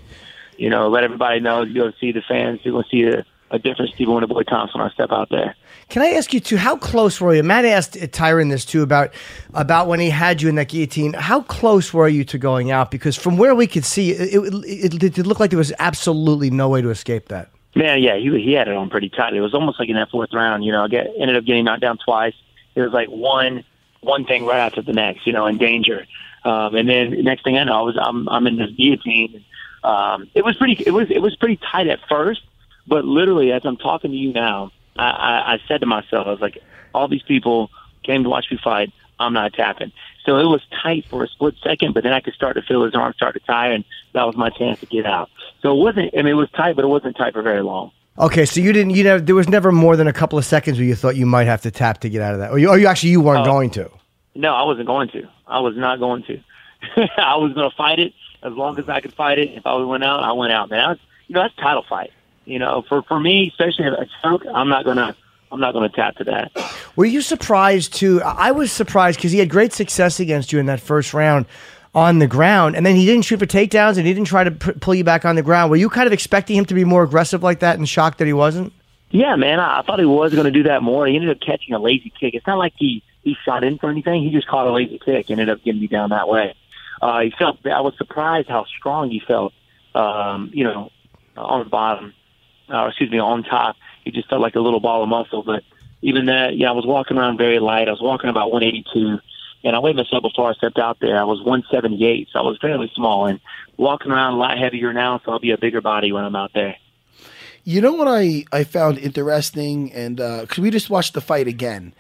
S6: you know, let everybody know the UFC, the fans, they're going to see a, a different Steve Wonderboy Thompson when I step out there.
S1: Can I ask you too? How close were you? Matt asked Tyron this too about about when he had you in that guillotine. How close were you to going out? Because from where we could see, it it, it, it looked like there was absolutely no way to escape that.
S6: Man, yeah, he he had it on pretty tight. It was almost like in that fourth round, you know, I get ended up getting knocked down twice. It was like one one thing right after the next, you know, in danger. Um, and then next thing I know, I was I'm I'm in this guillotine. Um, it was pretty it was it was pretty tight at first, but literally as I'm talking to you now, I, I, I said to myself, I was like, all these people came to watch me fight. I'm not tapping. So it was tight for a split second, but then I could start to feel his arm start to tire, and that was my chance to get out. So it wasn't. I mean, it was tight, but it wasn't tight for very long.
S1: Okay, so you didn't. You know, there was never more than a couple of seconds where you thought you might have to tap to get out of that, or you, or you actually you weren't going to.
S6: No, I wasn't going to. I was not going to. [laughs] I was going to fight it as long as I could fight it. If I went out, I went out, man. I was, you know, that's a title fight. You know, for for me, especially if I choke, I'm not gonna. I'm not going to tap to that.
S1: Were you surprised too? I I was surprised because he had great success against you in that first round. on the ground, and then he didn't shoot for takedowns and he didn't try to p- pull you back on the ground. Were you kind of expecting him to be more aggressive like that and shocked that he wasn't?
S6: Yeah, man, I, I thought he was going to do that more. He ended up catching a lazy kick. It's not like he he shot in for anything. He just caught a lazy kick. Ended up getting me down that way. Uh, he felt. I was surprised how strong he felt. Um, you know, on the bottom, uh, excuse me, on top. He just felt like a little ball of muscle. But even that, yeah, I was walking around very light. I was walking about 182, and I weighed myself before I stepped out there. I was 178, so I was fairly small. And walking around a lot heavier now, so I'll be a bigger body when I'm out there.
S2: You know what I, I found interesting, and because we just watched the fight again,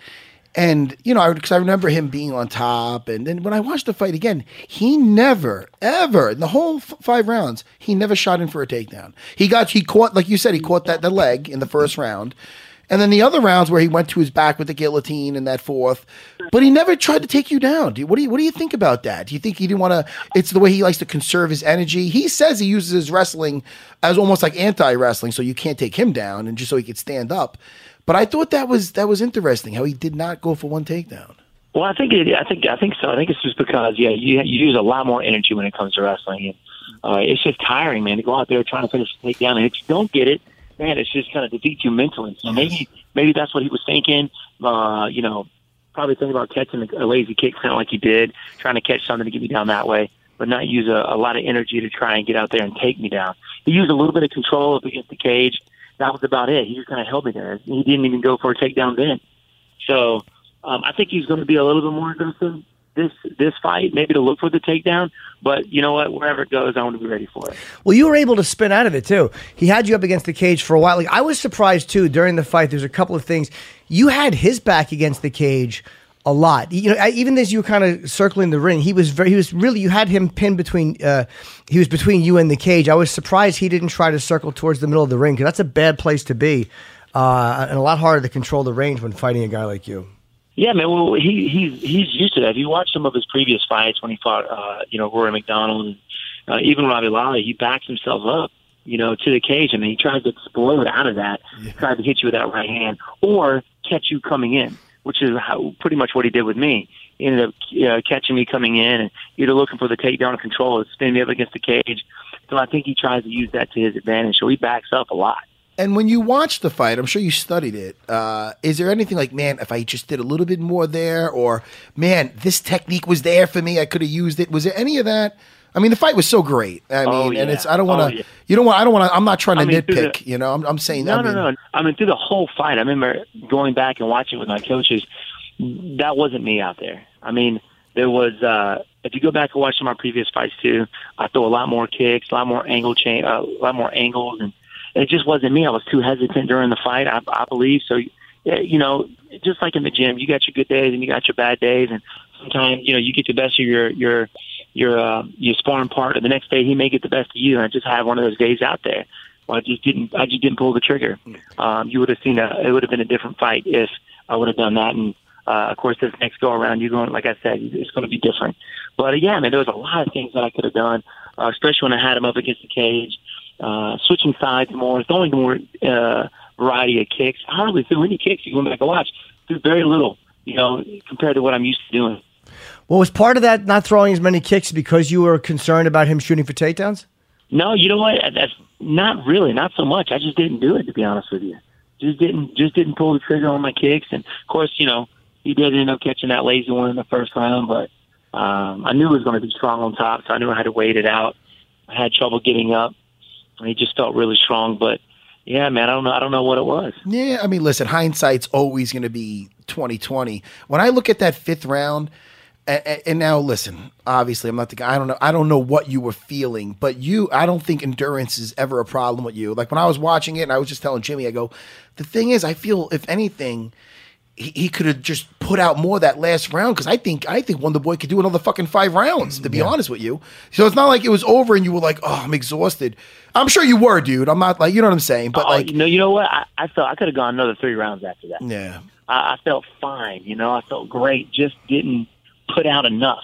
S2: and you know, because I, remember him being on top, and then when I watched the fight again, he never, ever, in the whole f- five rounds, he never shot in for a takedown. He got, he caught, like you said, he caught that the leg in the first round, and then the other rounds where he went to his back with the guillotine and that fourth, but he never tried to take you down. Do you, what do you what do you think about that? Do you think he didn't want to? It's the way he likes to conserve his energy. He says he uses his wrestling as almost like anti wrestling, so you can't take him down and just so he could stand up. But I thought that was that was interesting how he did not go for one takedown.
S6: Well, I think it, I think I think so. I think it's just because yeah, you you use a lot more energy when it comes to wrestling, and uh, it's just tiring, man, to go out there trying to finish a takedown, and if you don't get it, man, it's just kind of defeats you mentally. So maybe maybe that's what he was thinking. Uh, you know, probably thinking about catching a, a lazy kick, kind of like he did, trying to catch something to get me down that way, but not use a, a lot of energy to try and get out there and take me down. He used a little bit of control up against the cage. That was about it. He just kind of held me there. He didn't even go for a takedown then. So um, I think he's going to be a little bit more aggressive this this fight, maybe to look for the takedown. But you know what? Wherever it goes, I want to be ready for it.
S1: Well, you were able to spin out of it too. He had you up against the cage for a while. Like I was surprised too during the fight. There's a couple of things you had his back against the cage a lot. You know, I, even as you were kind of circling the ring, he was very. He was really. You had him pinned between. Uh, he was between you and the cage. I was surprised he didn't try to circle towards the middle of the ring because that's a bad place to be, uh, and a lot harder to control the range when fighting a guy like you.
S6: Yeah, man. Well, he he's he's used to that. If you watch some of his previous fights when he fought, uh, you know, Rory McDonald and uh, even Robbie Lawley, he backs himself up, you know, to the cage. I mean, he tries to explode out of that, tried to hit you with that right hand or catch you coming in, which is how, pretty much what he did with me. He ended up uh, catching me coming in and either looking for the takedown or control, or spinning me up against the cage. So I think he tries to use that to his advantage. So he backs up a lot.
S2: And when you watched the fight, I'm sure you studied it. Uh, is there anything like, man, if I just did a little bit more there, or man, this technique was there for me, I could have used it. Was there any of that? I mean, the fight was so great. I
S6: Oh,
S2: mean, and
S6: yeah.
S2: it's I don't
S6: Oh,
S2: want to.
S6: yeah.
S2: You don't want. I don't want to. I'm not trying to
S6: I mean, through the-
S2: nitpick. you know, I'm, I'm saying.
S6: No,
S2: I mean,
S6: no, no. I mean, through the whole fight, I remember going back and watching with my coaches. That wasn't me out there. I mean, there was. uh If you go back and watch some of my previous fights too, I throw a lot more kicks, a lot more angle change, uh, a lot more angles, and it just wasn't me. I was too hesitant during the fight. I, I believe so. yeah, You know, just like in the gym, you got your good days and you got your bad days, and sometimes you know you get the best of your your your uh, your sparring partner. The next day, he may get the best of you, and I just had one of those days out there. Well, I just didn't. I just didn't pull the trigger. Um, you would have seen a. It would have been a different fight if I would have done that. And uh, of course, this next go around, you're going. Like I said, it's going to be different. But uh, yeah, I mean, there was a lot of things that I could have done, uh, especially when I had him up against the cage, uh, switching sides more, throwing more uh, variety of kicks. I hardly threw any kicks. You go back and watch, threw very little. You know, compared to what I'm used to doing.
S1: Well, was part of that not throwing as many kicks because you were concerned about him shooting for takedowns?
S6: No, you know what? That's not really, not so much. I just didn't do it to be honest with you. Just didn't, just didn't pull the trigger on my kicks. And of course, you know, he did end up catching that lazy one in the first round, but um, I knew he was going to be strong on top, so I knew I had to wait it out. I had trouble getting up, and he just felt really strong. But yeah, man, I don't know, I don't know what it was.
S2: Yeah, I mean, listen, hindsight's always going to be 2020. When I look at that fifth round, and, and now listen, obviously, I'm not the guy. I don't know. I don't know what you were feeling, but you, I don't think endurance is ever a problem with you. Like when I was watching it, and I was just telling Jimmy, I go, the thing is, I feel if anything. He, he could have just put out more that last round because I think I think Wonderboy could do another fucking five rounds to be honest with you. So it's not like it was over and you were like, oh, I'm exhausted. I'm sure you were, dude. I'm not like you know what I'm saying, but
S6: Oh,
S2: like
S6: you know, you know what? I, I felt I could have gone another three rounds after that.
S2: yeah.
S6: I, I felt fine. You know, I felt great. Just didn't put out enough.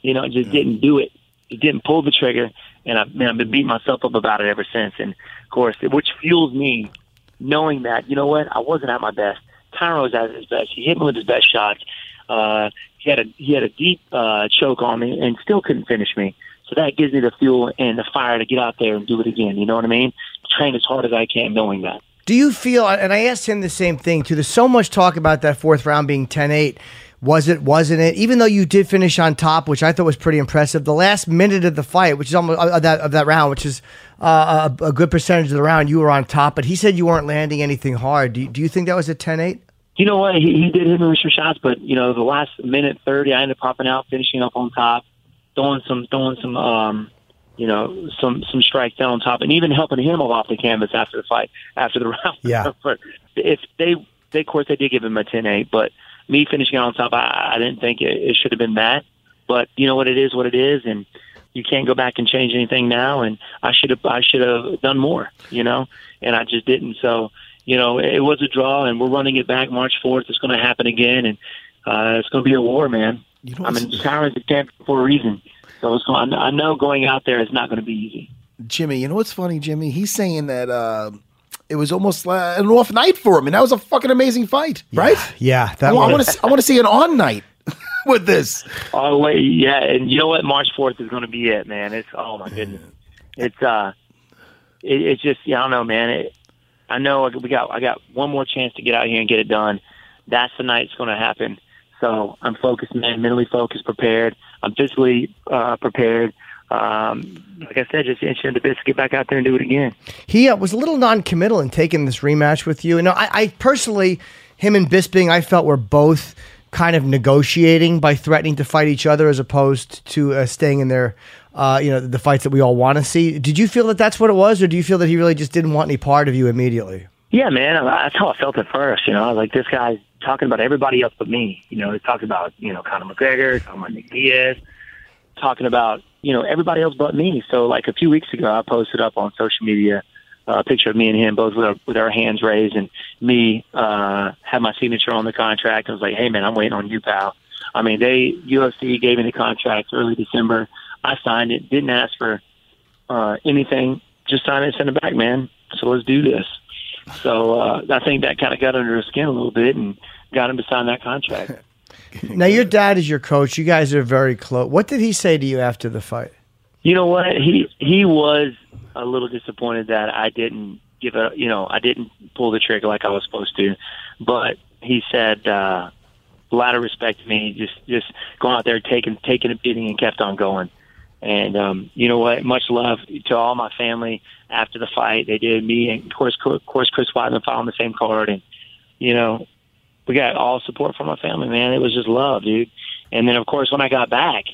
S6: You know, just didn't do it. Just didn't pull the trigger. And I've, man, I've been beating myself up about it ever since. And of course, which fuels me knowing that you know what I wasn't at my best. Tyron was at his best. He hit me with his best shots. Uh, he had a he had a deep uh, choke on me and still couldn't finish me. So that gives me the fuel and the fire to get out there and do it again. You know what I mean? Train as hard as I can, knowing that.
S1: Do you feel, and I asked him the same thing too, there's so much talk about that fourth round being 10 8. Was it, wasn't it? Even though you did finish on top, which I thought was pretty impressive, the last minute of the fight, which is almost of that, of that round, which is uh, a, a good percentage of the round, you were on top, but he said you weren't landing anything hard. Do you, do you think that was a 10 8?
S6: you know what? He, he did hit me with some shots, but you know, the last minute thirty, I ended up popping out, finishing up on top, throwing some, throwing some, um, you know, some some strikes down on top, and even helping him off the canvas after the fight, after the [laughs] round.
S1: Yeah.
S6: but if they, they, of course, they did give him a 10-8, but me finishing on top, I, I didn't think it, it should have been that. But you know what? It is what it is, and you can't go back and change anything now. And I should have, I should have done more, you know, and I just didn't. So you know, it was a draw, and we're running it back March 4th. It's going to happen again, and uh, it's going to be a war, man.
S2: You know
S6: I'm
S2: what's-
S6: in Towers at camp for a reason. So it's going, I know going out there is not going to be easy.
S2: Jimmy, you know what's funny, Jimmy? He's saying that uh, it was almost like an off night for him, and that was a fucking amazing fight, right?
S1: Yeah,
S2: I,
S1: that
S2: want to. I want to see an on night [laughs] with this.
S6: All the way, yeah. And you know what? March 4th is going to be it, man. It's oh my goodness. It's uh, it, it's just yeah, I don't know, man. It, I know I- we got I got one more chance to get out here and get it done. That's the night it's going to happen. So I'm focused, man. Mentally focused, prepared. I'm physically uh, prepared. Um, like I said, just inching the bits to get back out there and do it again.
S1: He uh, was a little non-committal in taking this rematch with you. And I, I personally, him and Bisping, I felt were both kind of negotiating by threatening to fight each other as opposed to uh, staying in their, uh, you know, the fights that we all want to see. Did you feel that that's what it was, or do you feel that he really just didn't want any part of you immediately?
S6: Yeah, man, I- that's how I felt at first. You know, I was like, this guy's talking about everybody else but me. You know, he's talking about you know Conor McGregor, talking about Nick Diaz, talking about you know everybody else but me. So like a few weeks ago, I posted up on social media uh, a picture of me and him both with our, with our hands raised, and me uh, had my signature on the contract. I was like, hey man, I'm waiting on you, pal. I mean, they UFC gave me the contract early December. I signed it, didn't ask for uh, anything, just sign it, and send it back, man. So let's do this. So uh, I think that kind of got under his skin a little bit and got him to sign that contract.
S1: Now, your dad is your coach. You guys are very close. What did he say to you after the fight?
S6: You know what? He he was a little disappointed that I didn't give a you know I didn't pull the trigger like I was supposed to, but he said uh, a lot of respect to me. Just just going out there taking taking a beating and kept on going. And um, you know what? Much love to all my family after the fight. They did me and of course of course Chris Weidman found the same card and you know we got all support from my family. Man, it was just love, dude. And then of course when I got back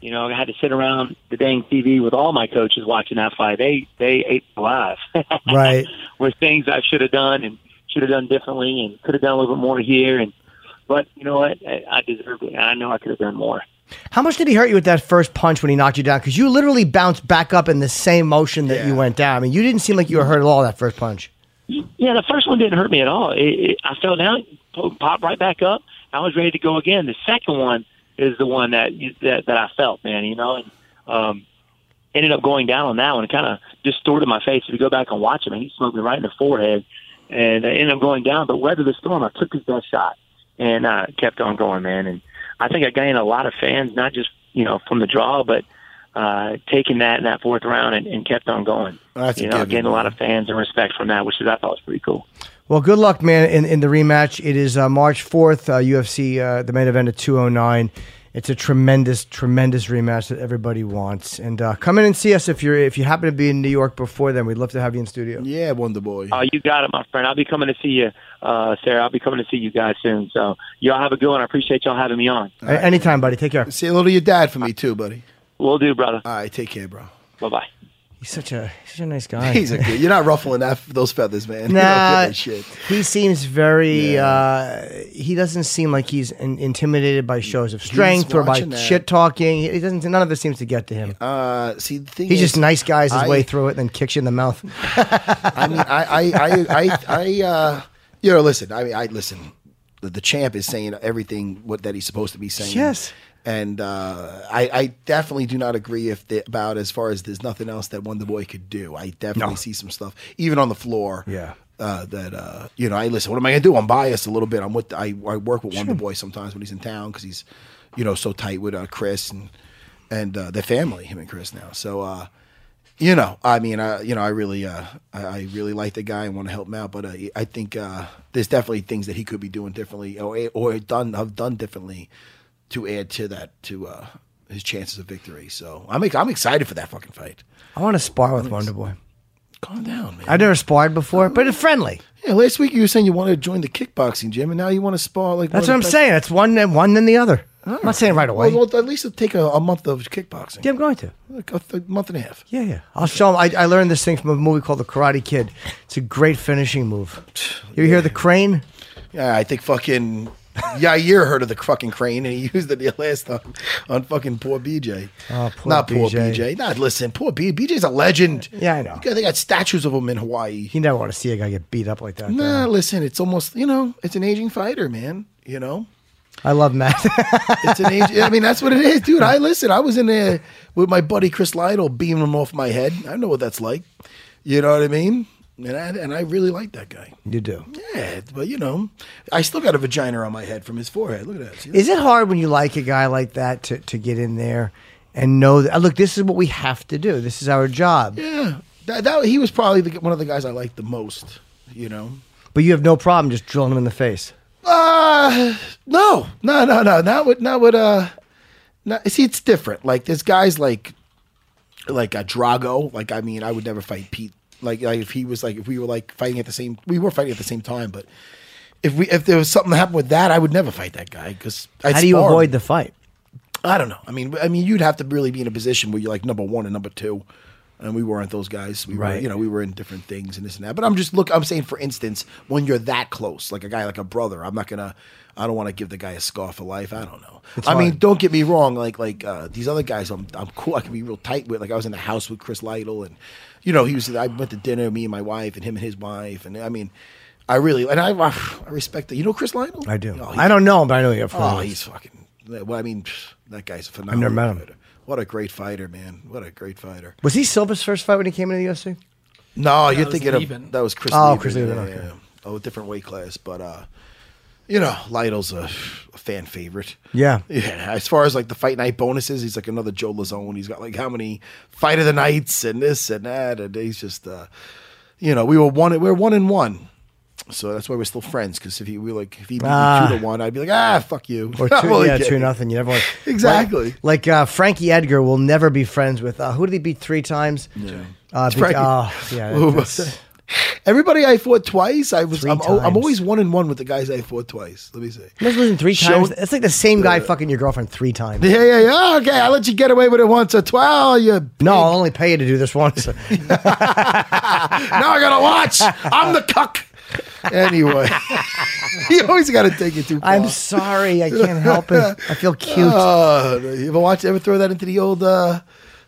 S6: you know, I had to sit around the dang TV with all my coaches watching that fight. They they ate alive [laughs]
S1: Right.
S6: with things I should have done and should have done differently and could have done a little bit more here. And but you know what, I, I deserved it. I know I could have done more.
S1: How much did he hurt you with that first punch when he knocked you down? Because you literally bounced back up in the same motion that you went down. I mean, you didn't seem like you were hurt at all that first punch.
S6: Yeah, the first one didn't hurt me at all. It, it, I fell down, po- popped right back up. I was ready to go again. The second one is the one that that, that I felt, man. You know, and um, ended up going down on that one. It kind of distorted my face. If you go back and watch him, and he smoked me right in the forehead, and I ended up going down. But weathered the storm. I took his best shot and uh, kept on going, man. And I think I gained a lot of fans, not just you know from the draw, but uh, taking that in that fourth round and, and kept on going.
S2: That's
S6: you know, I
S2: good,
S6: gained a
S2: man.
S6: lot of fans and respect from that, which is I thought was pretty cool.
S1: Well, good luck, man, in, in the rematch. It is uh, March 4th, uh, UFC, uh, the main event at 209. It's a tremendous, tremendous rematch that everybody wants. And uh, come in and see us if you're if you happen to be in New York before then. We'd love to have you in studio.
S2: Yeah, Wonder Boy.
S6: Oh, you got it, my friend. I'll be coming to see you, uh, Sarah. I'll be coming to see you guys soon. So y'all have a good one. I appreciate y'all having me on.
S1: A- Anytime, buddy. Take care.
S2: Say hello to your dad for me too, buddy.
S6: Will do, brother.
S2: All right, take care, bro.
S6: Bye bye.
S1: He's such a such a nice guy. [laughs]
S2: He's a good. You're not ruffling that those feathers, man. [laughs] You don't give
S1: Nah,
S2: a shit.
S1: he seems very. Uh, he doesn't seem like he's in, intimidated by shows of strength or by
S2: watching that.
S1: shit talking. He doesn't. None of this seems to get to him.
S2: Uh, see, the thing
S1: He's
S2: is,
S1: just nice guys his
S2: I-
S1: way through it, and then kicks you in the mouth.
S2: I mean, I, I, I, I, I uh, you know, listen. I mean, I listen. The, the champ is saying everything what that he's supposed to be saying.
S1: Yes.
S2: And uh, I, I definitely do not agree if the, about as far as there's nothing else that Wonder Boy could do. I definitely see some stuff, even on the floor.
S1: Yeah.
S2: uh, that uh, you know, I listen. What am I gonna do? I'm biased a little bit. I'm with I, I work with Wonder Boy sometimes when he's in town because he's you know so tight with uh, Chris and and uh, their family, him and Chris now. So uh, you know, I mean, I you know, I really uh, I, I really like the guy and want to help him out, but uh, I think uh, there's definitely things that he could be doing differently or or done have done differently to add to that to uh, his chances of victory. So I'm I'm excited for that fucking fight.
S1: I want to spar with Wonderboy.
S2: Calm down, man.
S1: I've never sparred before, but it's friendly.
S2: Yeah, last week you were saying you wanted to join the kickboxing gym, and now you want to spar like.
S1: That's
S2: one
S1: what
S2: of
S1: I'm
S2: the best-
S1: saying. It's one and one then the other. I'm not saying right away.
S2: Oh. Well, well, at least it'll take a, a month of kickboxing,
S1: yeah, I'm going to.
S2: like a th- month and a half.
S1: Yeah, yeah. I'll show him. I, I learned this thing from a movie called The Karate Kid. It's a great finishing move. You hear the crane?
S2: Yeah, I think fucking Yair heard of the fucking crane, and he [laughs] used it the last time on fucking poor BJ.
S1: Oh, poor
S2: Not poor
S1: BJ.
S2: BJ. Not listen, poor B. BJ's a legend.
S1: Yeah, I know.
S2: They got statues of him in Hawaii.
S1: You never want to see a guy get beat up like that. though.
S2: Nah, listen, it's almost you know, it's an aging fighter, man. You know.
S1: I love Matt.
S2: It's an age. [laughs] I mean, that's what it is, dude. I listen. I was in there with my buddy Chris Lytle, beaming him off my head. I know what that's like. You know what I mean? And I, and I really like that guy.
S1: [laughs] you do.
S2: Yeah, but you know, I still got a vagina on my head from his forehead. Look at that. See that?
S1: Is it hard when you like a guy like that to, to get in there and know that, look, this is what we have to do. This is our job.
S2: Yeah, that, that he was probably the, one of the guys I liked the most. You know.
S1: But you have no problem just drilling him in the face.
S2: Uh no, no, no, no. Not with, not with. Uh, not, see, it's different. Like there's guys like, like a Drago. Like I mean, I would never fight Pete. Like, like if he was like, if we were like fighting at the same, we were fighting at the same time. But if we, if there was something that happened with that, I would never fight that guy because
S1: How do you avoid the fight?
S2: I don't know. I mean, I mean, you'd have to really be in a position where you're like number one and number two, and we weren't those guys. We were,
S1: Right.
S2: you know, we were in different things and this and that. But I'm just look. I'm saying, for instance, when you're that close, like a guy, like a brother, I'm not gonna. I don't want to give the guy a scar for life. I don't know. I mean,
S1: hard.
S2: don't get me wrong. Like like uh, these other guys, I'm I'm cool. I can be real tight with. Like I was in the house with Chris Lytle, and you know, he was. I went to dinner, me and my wife, and him and his wife, and I mean. I really and I, I respect that. You know Chris Lytle?
S1: I do.
S2: Oh, he-
S1: I don't know him, but I know you have friends.
S2: Oh, he's fucking. Well, I mean, pff, that guy's a phenomenal.
S1: never met him.
S2: fighter. What a great fighter, man! What a great fighter.
S1: Was he Silva's first fight when he came into the UFC?
S2: No, you're
S5: was
S2: thinking of
S5: Lieben.
S2: that was Chris.
S1: Oh,
S2: Lieben,
S1: Chris Lieben,
S2: yeah,
S1: okay.
S2: yeah. Oh, a different weight class, but uh, you know, Lytle's a, a fan favorite.
S1: Yeah.
S2: yeah. As far as like the fight night bonuses, he's like another Joe Lazone. He's got like how many fight of the nights and this and that, and he's just uh, you know, we were one, we we're one and one. So that's why we're still friends. Because if he we were like if he beat
S1: Ah.
S2: me two to one, I'd be like ah fuck you [laughs]
S1: Or
S2: I'm
S1: two,
S2: only
S1: yeah, two
S2: kidding.
S1: nothing. You never want
S2: Exactly.
S1: Like, like, uh, Frankie Edgar will never be friends with. Uh, who did he beat three times? Yeah. Uh, be-
S2: Frankie- [laughs]
S1: oh, yeah.
S2: Who
S1: that's-
S2: was- Everybody I fought twice. I was.
S1: Three
S2: I'm, al- I'm
S1: times.
S2: always one and one with the guys I fought twice. Let me see.
S1: Imagine losing three
S2: Show- Uh,
S1: times. It's like the same guy fucking your girlfriend three times.
S2: Yeah, yeah, yeah. Okay, I let you get away with it once or twelve. You.
S1: [laughs] No, I'll only pay you to do this once.
S2: [laughs] Now I gotta watch. I'm the cuck. Anyway, [laughs] you always gotta take it too far.
S1: I'm sorry, I can't help it. I
S2: [laughs]
S1: feel cute.
S2: Uh, you ever watch? Ever throw that into the old, uh,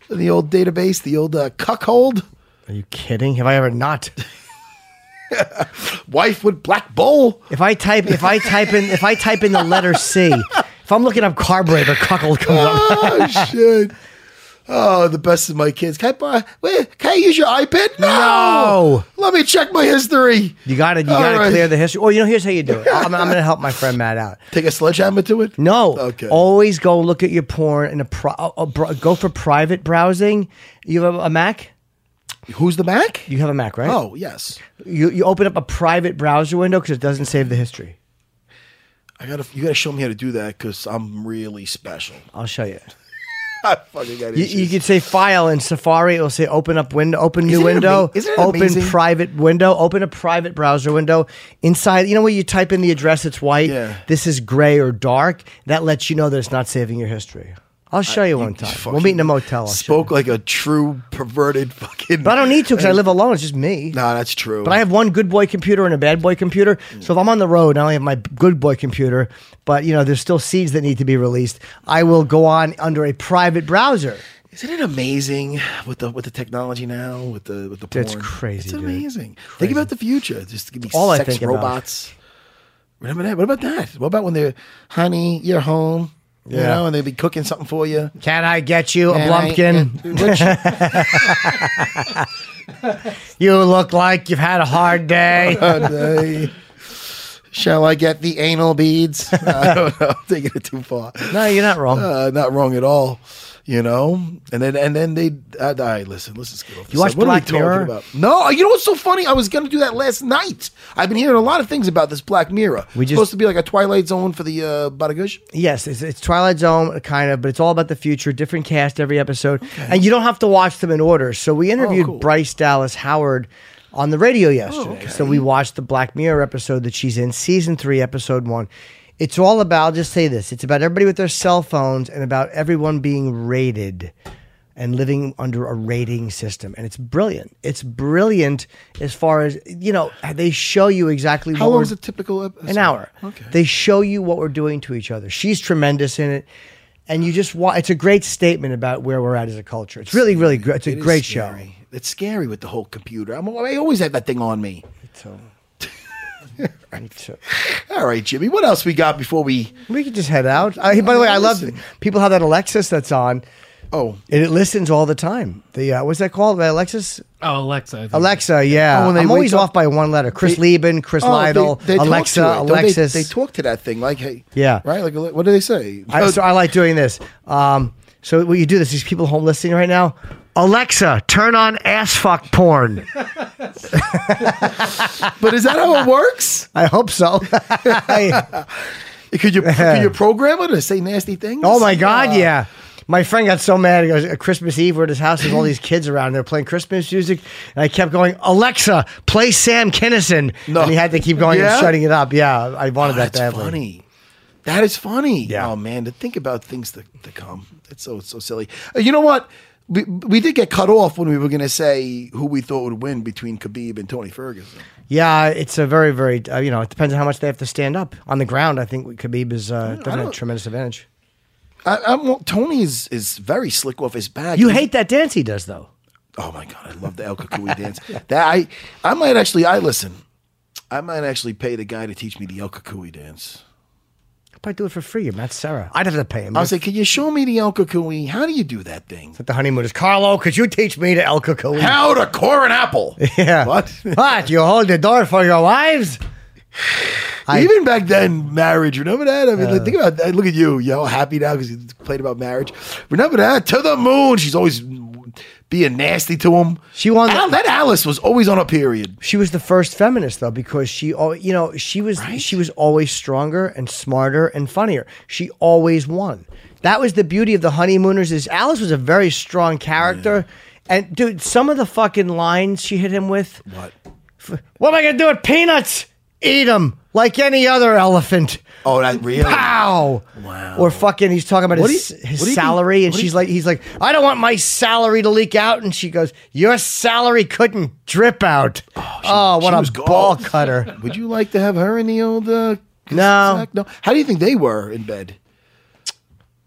S2: the old database? The old uh, cuckold
S1: Are you kidding? Have I ever not?
S2: wife with black bull.
S1: If I type, if I type in, if I type in the letter C, if I'm looking up carburetor, cuckold comes up.
S2: Oh [laughs] shit. Oh, the best of my kids. Can I buy? Wait, can I use your iPad? No.
S1: No.
S2: Let me check my history.
S1: You got to, you
S2: All
S1: got to
S2: right.
S1: clear the history. Or you know, here's how you do
S2: [laughs]
S1: it. I'm, I'm going to help my friend Matt out.
S2: Take a sledgehammer to it?
S1: No.
S2: Okay.
S1: Always go look at your porn and a pri- uh, uh, br- go for private browsing. You have a, a Mac.
S2: Who's the Mac?
S1: You have a Mac, right?
S2: Oh, yes.
S1: You you open up a private browser window because it doesn't save the history.
S2: I gotta you gotta show me how to do that because I'm really special.
S1: I'll show you.
S2: [laughs] I fucking got
S1: You,
S2: issues.
S1: you could say file in Safari. It'll say open up window, open new
S2: Isn't it
S1: window,
S2: ama- isn't it
S1: open
S2: amazing?
S1: private window, open a private browser window. Inside, you know where you type in the address, it's white.
S2: Yeah.
S1: This is gray or dark. That lets you know that it's not saving your history. I'll show you one time.
S2: fucking
S1: We'll meet in a motel. I'll show you.
S2: spoke like a true perverted fucking
S1: But I don't need to because I live alone. It's just me.
S2: Nah, that's true.
S1: But I have one good boy computer and a bad boy computer. So if I'm on the road, I only have my good boy computer. But you know, there's still seeds that need to be released. I will go on under a private browser.
S2: Isn't it amazing with the with the technology now, with the with the porn?
S1: That's crazy,
S2: It's
S1: dude.
S2: amazing. Think about the future. Just give me
S1: all I
S2: sex
S1: think about.
S2: robots. Remember that? What about that? What about when they're honey, you're home. You
S1: Yeah.
S2: know, and they'd be cooking something for you.
S1: Can I get you a
S2: And I-
S1: blumpkin?
S2: which-
S1: you look like you've had a hard
S2: [laughs]
S1: day. [laughs]
S2: God, eh? Shall I get the anal beads? [laughs] I don't know. I'm taking it too far.
S1: no, you're not wrong.
S2: Uh, not wrong at all. You know, and then and then they. I, I listen, listen. Skip over
S1: You
S2: this.
S1: watch
S2: What are we
S1: Black
S2: talking
S1: Mirror?
S2: About? No, uh, you know what's so funny? I was gonna do that last night. I've been hearing a lot of things about this Black Mirror.
S1: We just-
S2: It's supposed to be like a Twilight Zone for the uh, Badagush.
S1: Yes, it's, it's Twilight Zone kind of, but it's all about the future. Different cast every episode, and you don't have to watch them in order. So we interviewed
S2: Oh, cool. Oh,
S1: Bryce Dallas Howard on the radio yesterday. So we watched the Black Mirror episode that she's in, season three, episode one. It's all about. I'll just say this: it's about everybody with their cell phones and about everyone being rated and living under a rating system. And it's brilliant. It's brilliant as far as you know. They show you exactly
S2: How
S1: what
S2: long
S1: we're-
S2: is a typical episode?
S1: an hour.
S2: Okay.
S1: They show you what we're doing to each other. She's tremendous in it. And you just watch, it's a great statement about where we're at as a culture. It's really, really great. It's a
S2: It is
S1: great show.
S2: scary. It's scary with the whole computer. I'm, I always have that thing on me.
S1: So, so-
S2: All right, Jimmy. What else we got before we?
S1: we could just head out. I, by the way, I love
S2: Listen.
S1: people have that Alexis that's on,
S2: Oh,
S1: and it listens all the time. The uh, what's that called? The Alexis,
S5: Oh, Alexa. I think.
S1: Alexa. Yeah,
S2: Oh, when they
S1: I'm always
S2: wake
S1: off
S2: up-
S1: by one letter. Chris Lieben, Chris
S2: Oh, they-
S1: Lytle,
S2: they talk to
S1: Alexa,
S2: it, don't they?
S1: Alexis.
S2: They, talk to that thing like, hey,
S1: Yeah.
S2: right. Like, what do they say?
S1: I, so I like doing this. Um, so what you do this? These people home listening right now. Alexa, turn on ass fuck porn.
S2: but is that how it works?
S1: I hope so. [laughs] I-
S2: Could you
S1: [laughs]
S2: could you program it to say nasty things?
S1: oh my god, yeah. My friend got so mad. He goes, "At Christmas Eve, we're at his house. There's all these kids around. They're playing Christmas music, and I kept going, Alexa, play Sam Kinison.
S2: No.
S1: And he had to keep going
S2: Yeah?
S1: and shutting it up. Yeah, Oh, I wanted that
S2: That's
S1: badly.
S2: funny. That is funny.
S1: Yeah.
S2: Oh man, to think about things to, to come. It's so it's so silly. Uh, you know what? We, we did get cut off when we were going to say who we thought would win between Khabib and Tony Ferguson.
S1: Yeah, it's a very, very. Uh, you know, it depends on how much they have to stand up on the ground. I think Khabib is uh, doesn't have a
S2: don't-
S1: tremendous advantage.
S2: I, I'm, well, Tony is, is very slick off his back.
S1: You
S2: He-
S1: hate that dance he does, though.
S2: Oh my god, I love the El Cucuy dance. [laughs] That I I might actually I listen. I might actually pay the guy to teach me the El Cucuy dance.
S1: I'd do it for free. Matt Sarah. I'd have to pay him.
S2: I'll say, can you show me the El Cucuy? How do you do that thing?
S1: But the honeymooners, Carlo, could you teach me to El Cucuy?
S2: How to core an apple?
S1: [laughs] Yeah.
S2: What?
S1: What? You hold the door for your wives? I-
S2: Even back then, marriage. Remember that? I mean, like, think about that. Look at you. You're all happy now because you complained about marriage. Remember that? To the moon. She's always being nasty to him.
S1: She won the-
S2: Al- that Alice was always on a period.
S1: She was the first feminist though, because she, al- you know, she was she was always stronger and smarter and funnier. She always won. That was the beauty of the honeymooners. Is Alice was a very strong character, and dude, some of the fucking lines she hit him with.
S2: What?
S1: What am I gonna do with peanuts? Eat them like any other elephant.
S2: Oh, that really?
S1: Wow.
S2: Wow.
S1: Or fucking, he's talking about
S2: What
S1: his,
S2: do you-
S1: his
S2: what do you think-
S1: salary, and
S2: what do
S1: she's
S2: you-
S1: like, he's like, I don't want my salary to leak out, and she goes, Your salary couldn't drip out. Oh, what
S2: she
S1: a
S2: was
S1: ball
S2: gold. [laughs]
S1: cutter.
S2: Would you like to have her in the old? Uh,
S1: No.
S2: sack? no. How do you think they were in bed?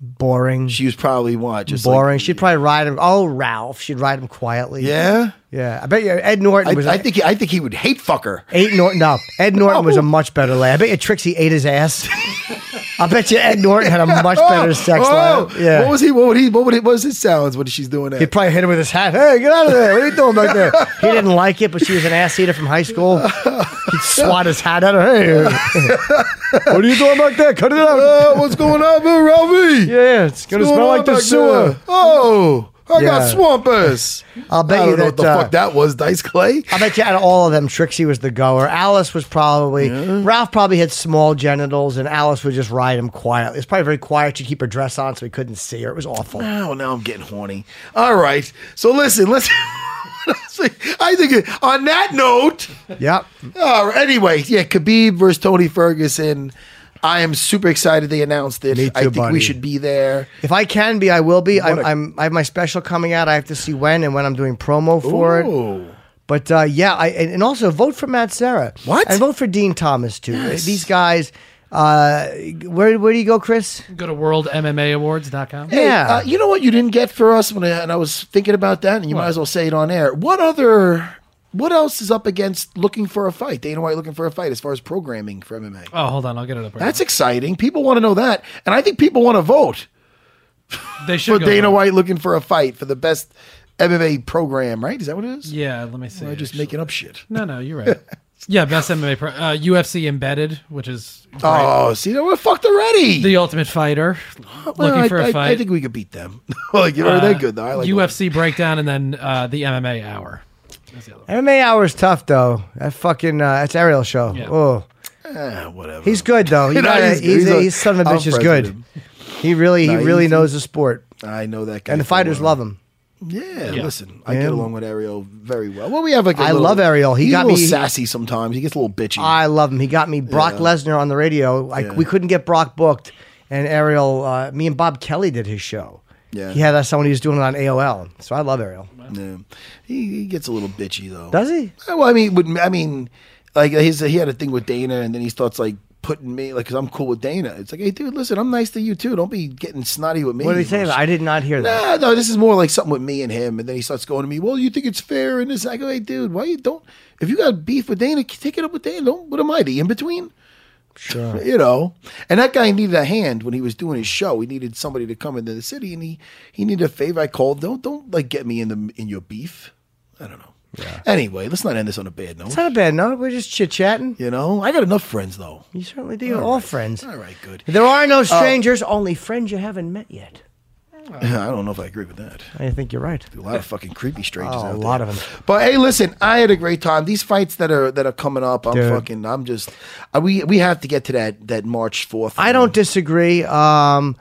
S1: Boring.
S2: She was probably what? Just like-
S1: boring. She'd probably ride him. Oh, Ralph. She'd ride him quietly.
S2: yeah.
S1: yeah. I bet you Ed Norton
S2: I,
S1: was.
S2: I think he, I think he would hate fuck her.
S1: Ed Norton. No, Ed Norton was a
S2: No.
S1: much better lay. I bet you Trixie ate his ass.
S2: [laughs]
S1: I bet you Ed Norton had a much better sex life. Yeah.
S2: Oh! What was he? What would he? What would it? What was his sounds when she's doing
S1: He'd
S2: that?
S1: probably hit her with his hat. Hey, get out of there. What are you doing back there? [laughs] He didn't like it, but she was an ass eater from high school. He'd swat his hat at her. Hey, [laughs] what are you doing back there? Cut it out.
S2: Uh, what's going on, Bill Robbie?
S1: Yeah, it's going to
S2: What's going
S1: smell
S2: on
S1: like the
S2: back
S1: sewer.
S2: there? Oh, I
S1: Yeah.
S2: got swamp ass.
S1: I'll bet
S2: I
S1: you
S2: don't know
S1: that,
S2: what the
S1: uh,
S2: fuck that was, Dice Clay.
S1: I bet you out of all of them, Trixie was the goer. Alice was probably, Ralph probably had small genitals, and Alice would just ride him quietly. It's probably very quiet. She'd keep her dress on so he couldn't see her. It was awful. [sighs]
S2: Now, Oh, now I'm getting horny. All right, so listen, let's. [laughs] I think it- on that note.
S1: Yep.
S2: Oh, anyway, yeah, Khabib versus Tony Ferguson. I am super excited they announced it.
S1: Me too,
S2: I think
S1: buddy.
S2: we should be there.
S1: If I can be, I will be. I'm,
S2: What a-
S1: I'm, I have my special coming out. I have to see when and when I'm doing promo for it.
S2: Ooh.
S1: But uh, yeah, I, and, and also vote for Matt Sarah.
S2: What?
S1: And vote for Dean Thomas too. These guys. Uh, where where do you go, Chris?
S5: Go to worldmmaawards.com.
S2: Hey,
S1: Yeah.
S2: uh, you know what you didn't get for us when I, and I was thinking about that, and you might as well say it on air. What other What else is up against looking for a fight? Dana White looking for a fight as far as programming for MMA.
S5: Oh, hold on, I'll get it up. Right
S2: That's exciting. People want to know that, and I think people want to vote
S5: now. they should
S2: for
S5: go
S2: Dana
S5: vote.
S2: White looking for a fight for the best MMA program. Right? Is that what it is?
S5: Yeah, let me see.
S2: Or am I just [laughs]
S5: actually.
S2: making up shit.
S5: No, no, you're right. yeah, best MMA pro, uh, UFC embedded, which is great.
S2: Oh, see, we're fucked already.
S5: the Ultimate Fighter, looking
S2: Well, I,
S5: for a
S2: I-
S5: fight.
S2: I think we could beat them. [laughs] like you know,
S5: Uh,
S2: they're good though. I like
S5: UFC breakdown, and then uh, the MMA hour. That's the other one.
S1: MMA hour is tough though. That fucking uh, that's Ariel's show.
S5: Yeah.
S1: Oh,
S2: Eh, whatever.
S1: he's good though. You
S2: [laughs] No,
S1: gotta-
S2: he's
S1: he's,
S2: good. He's a-
S1: he's son of a
S2: I'm
S1: bitch is
S2: friends
S1: good.
S2: with him.
S1: He really
S2: No,
S1: he really
S2: he's-
S1: knows the sport,
S2: I know that guy.
S1: and the
S2: for
S1: fighters
S2: a while.
S1: love him.
S2: Yeah,
S5: Yeah.
S2: listen, I
S1: Yeah.
S2: get along with Ariel very well. Well, we have like I
S1: I love Ariel. He
S2: he's
S1: got
S2: a little
S1: me-
S2: sassy sometimes. He gets a little bitchy.
S1: I love him. He got me Brock Lesnar on the radio. I,
S2: Yeah.
S1: We couldn't get Brock booked, and Ariel, uh, me and Bob Kelly did his show.
S2: Yeah.
S1: He had uh, someone he was doing it on AOL. So I love Ariel.
S2: Yeah. He, he gets a little bitchy though.
S1: Does he?
S2: Eh, Well, I mean, would I mean, like his he had a thing with Dana, and then he starts like putting me like because I'm cool with Dana. It's like, hey, dude, listen, I'm nice to you too. Don't be getting snotty with me.
S1: What did he say? I did not hear that.
S2: Nah, no, this is more like something with me and him. And then he starts going to me, well, you think it's fair? And this, I go, hey, dude, why you don't? If you got beef with Dana, take it up with Dana. Don't, what am I, the in between? Sure. [laughs] You know, and that guy needed a hand when he was doing his show. He needed somebody to come into the city, and he he needed a favor. I called. Don't don't like get me in the in your beef. I don't know. Anyway, let's not end this on a bad note.
S1: It's not a bad note. We're just chit chatting.
S2: You know, I got enough friends though.
S1: You certainly do. All, all friends.
S2: All right, Uh, good.
S1: There are no strangers, only friends you haven't met yet.
S2: [laughs] I don't know if I agree with that.
S1: I think you're right.
S2: A lot of fucking creepy strangers.
S1: Oh,
S2: out
S1: a
S2: there.
S1: lot of 'em.
S2: But hey, listen, I had a great time. These fights that are that are coming up, I'm
S1: Dude.
S2: fucking. I'm just. I, we we have to get to that that March fourth.
S1: I don't disagree. Um,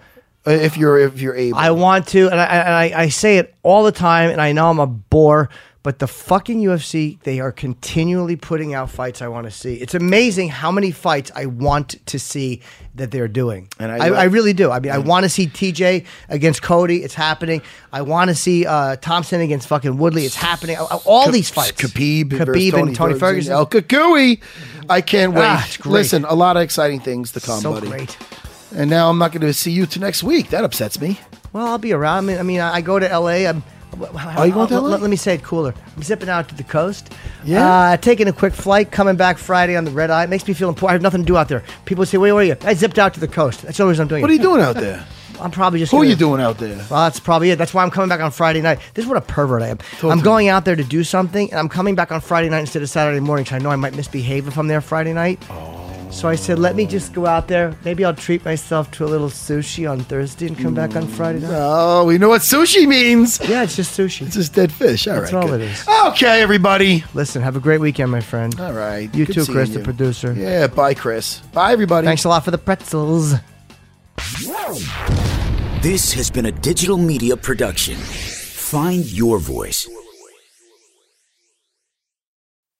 S2: If you're if you're able,
S1: I want to, and I, and I, I say it all the time, and I know I'm a bore, but the fucking UFC, they are continually putting out fights I want to see. It's amazing how many fights I want to see that they're doing.
S2: And
S1: And
S2: I-
S1: I, I, really do. I mean, I want to see TJ against Cody. It's happening. I want to see uh, Thompson against fucking Woodley. It's happening. I- I- All these fights.
S2: Khabib, versus
S1: Khabib and Tony Ferguson.
S2: El Kakui. I can't wait.
S1: Ah, it's great.
S2: Listen, a lot of exciting things to come,
S1: so
S2: buddy.
S1: great.
S2: And now I'm not going to see you to next week. That upsets me.
S1: Well, I'll be around. I mean, I, mean, I go to LA. I'm,
S2: Are Oh, you going to
S1: I'll-
S2: LA?
S1: Let, let me say it cooler. I'm zipping out to the coast.
S2: Yeah?
S1: Uh, taking a quick flight, coming back Friday on the red eye. It makes me feel important. I have nothing to do out there. People say, "Wait, where are you?" I zipped out to the coast. That's the only reason I'm doing
S2: What are
S1: it.
S2: you doing
S1: [laughs]
S2: out there?
S1: I'm probably just.
S2: Who are
S1: gonna-
S2: you doing out there?
S1: Well, that's probably it. That's why I'm coming back on Friday night. This is what a pervert I am. I'm going out there to do something, and I'm coming back on Friday night instead of Saturday morning, so I know I might misbehave if I'm there Friday night.
S2: Oh.
S1: So I said, let me just go out there. Maybe I'll treat myself to a little sushi on Thursday and come back on Friday night.
S2: Oh, we know what sushi means.
S1: Yeah, it's just sushi.
S2: It's just dead fish. All right,
S1: That's all
S2: good.
S1: it is.
S2: Okay, everybody.
S1: Listen, have a great weekend, my friend.
S2: All right.
S1: You
S2: Good
S1: too,
S2: seeing
S1: Chris, the
S2: you.
S1: producer.
S2: Yeah, bye, Chris. Bye, everybody.
S1: Thanks a lot for the pretzels.
S4: This has been a digital media production. Find your voice.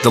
S7: The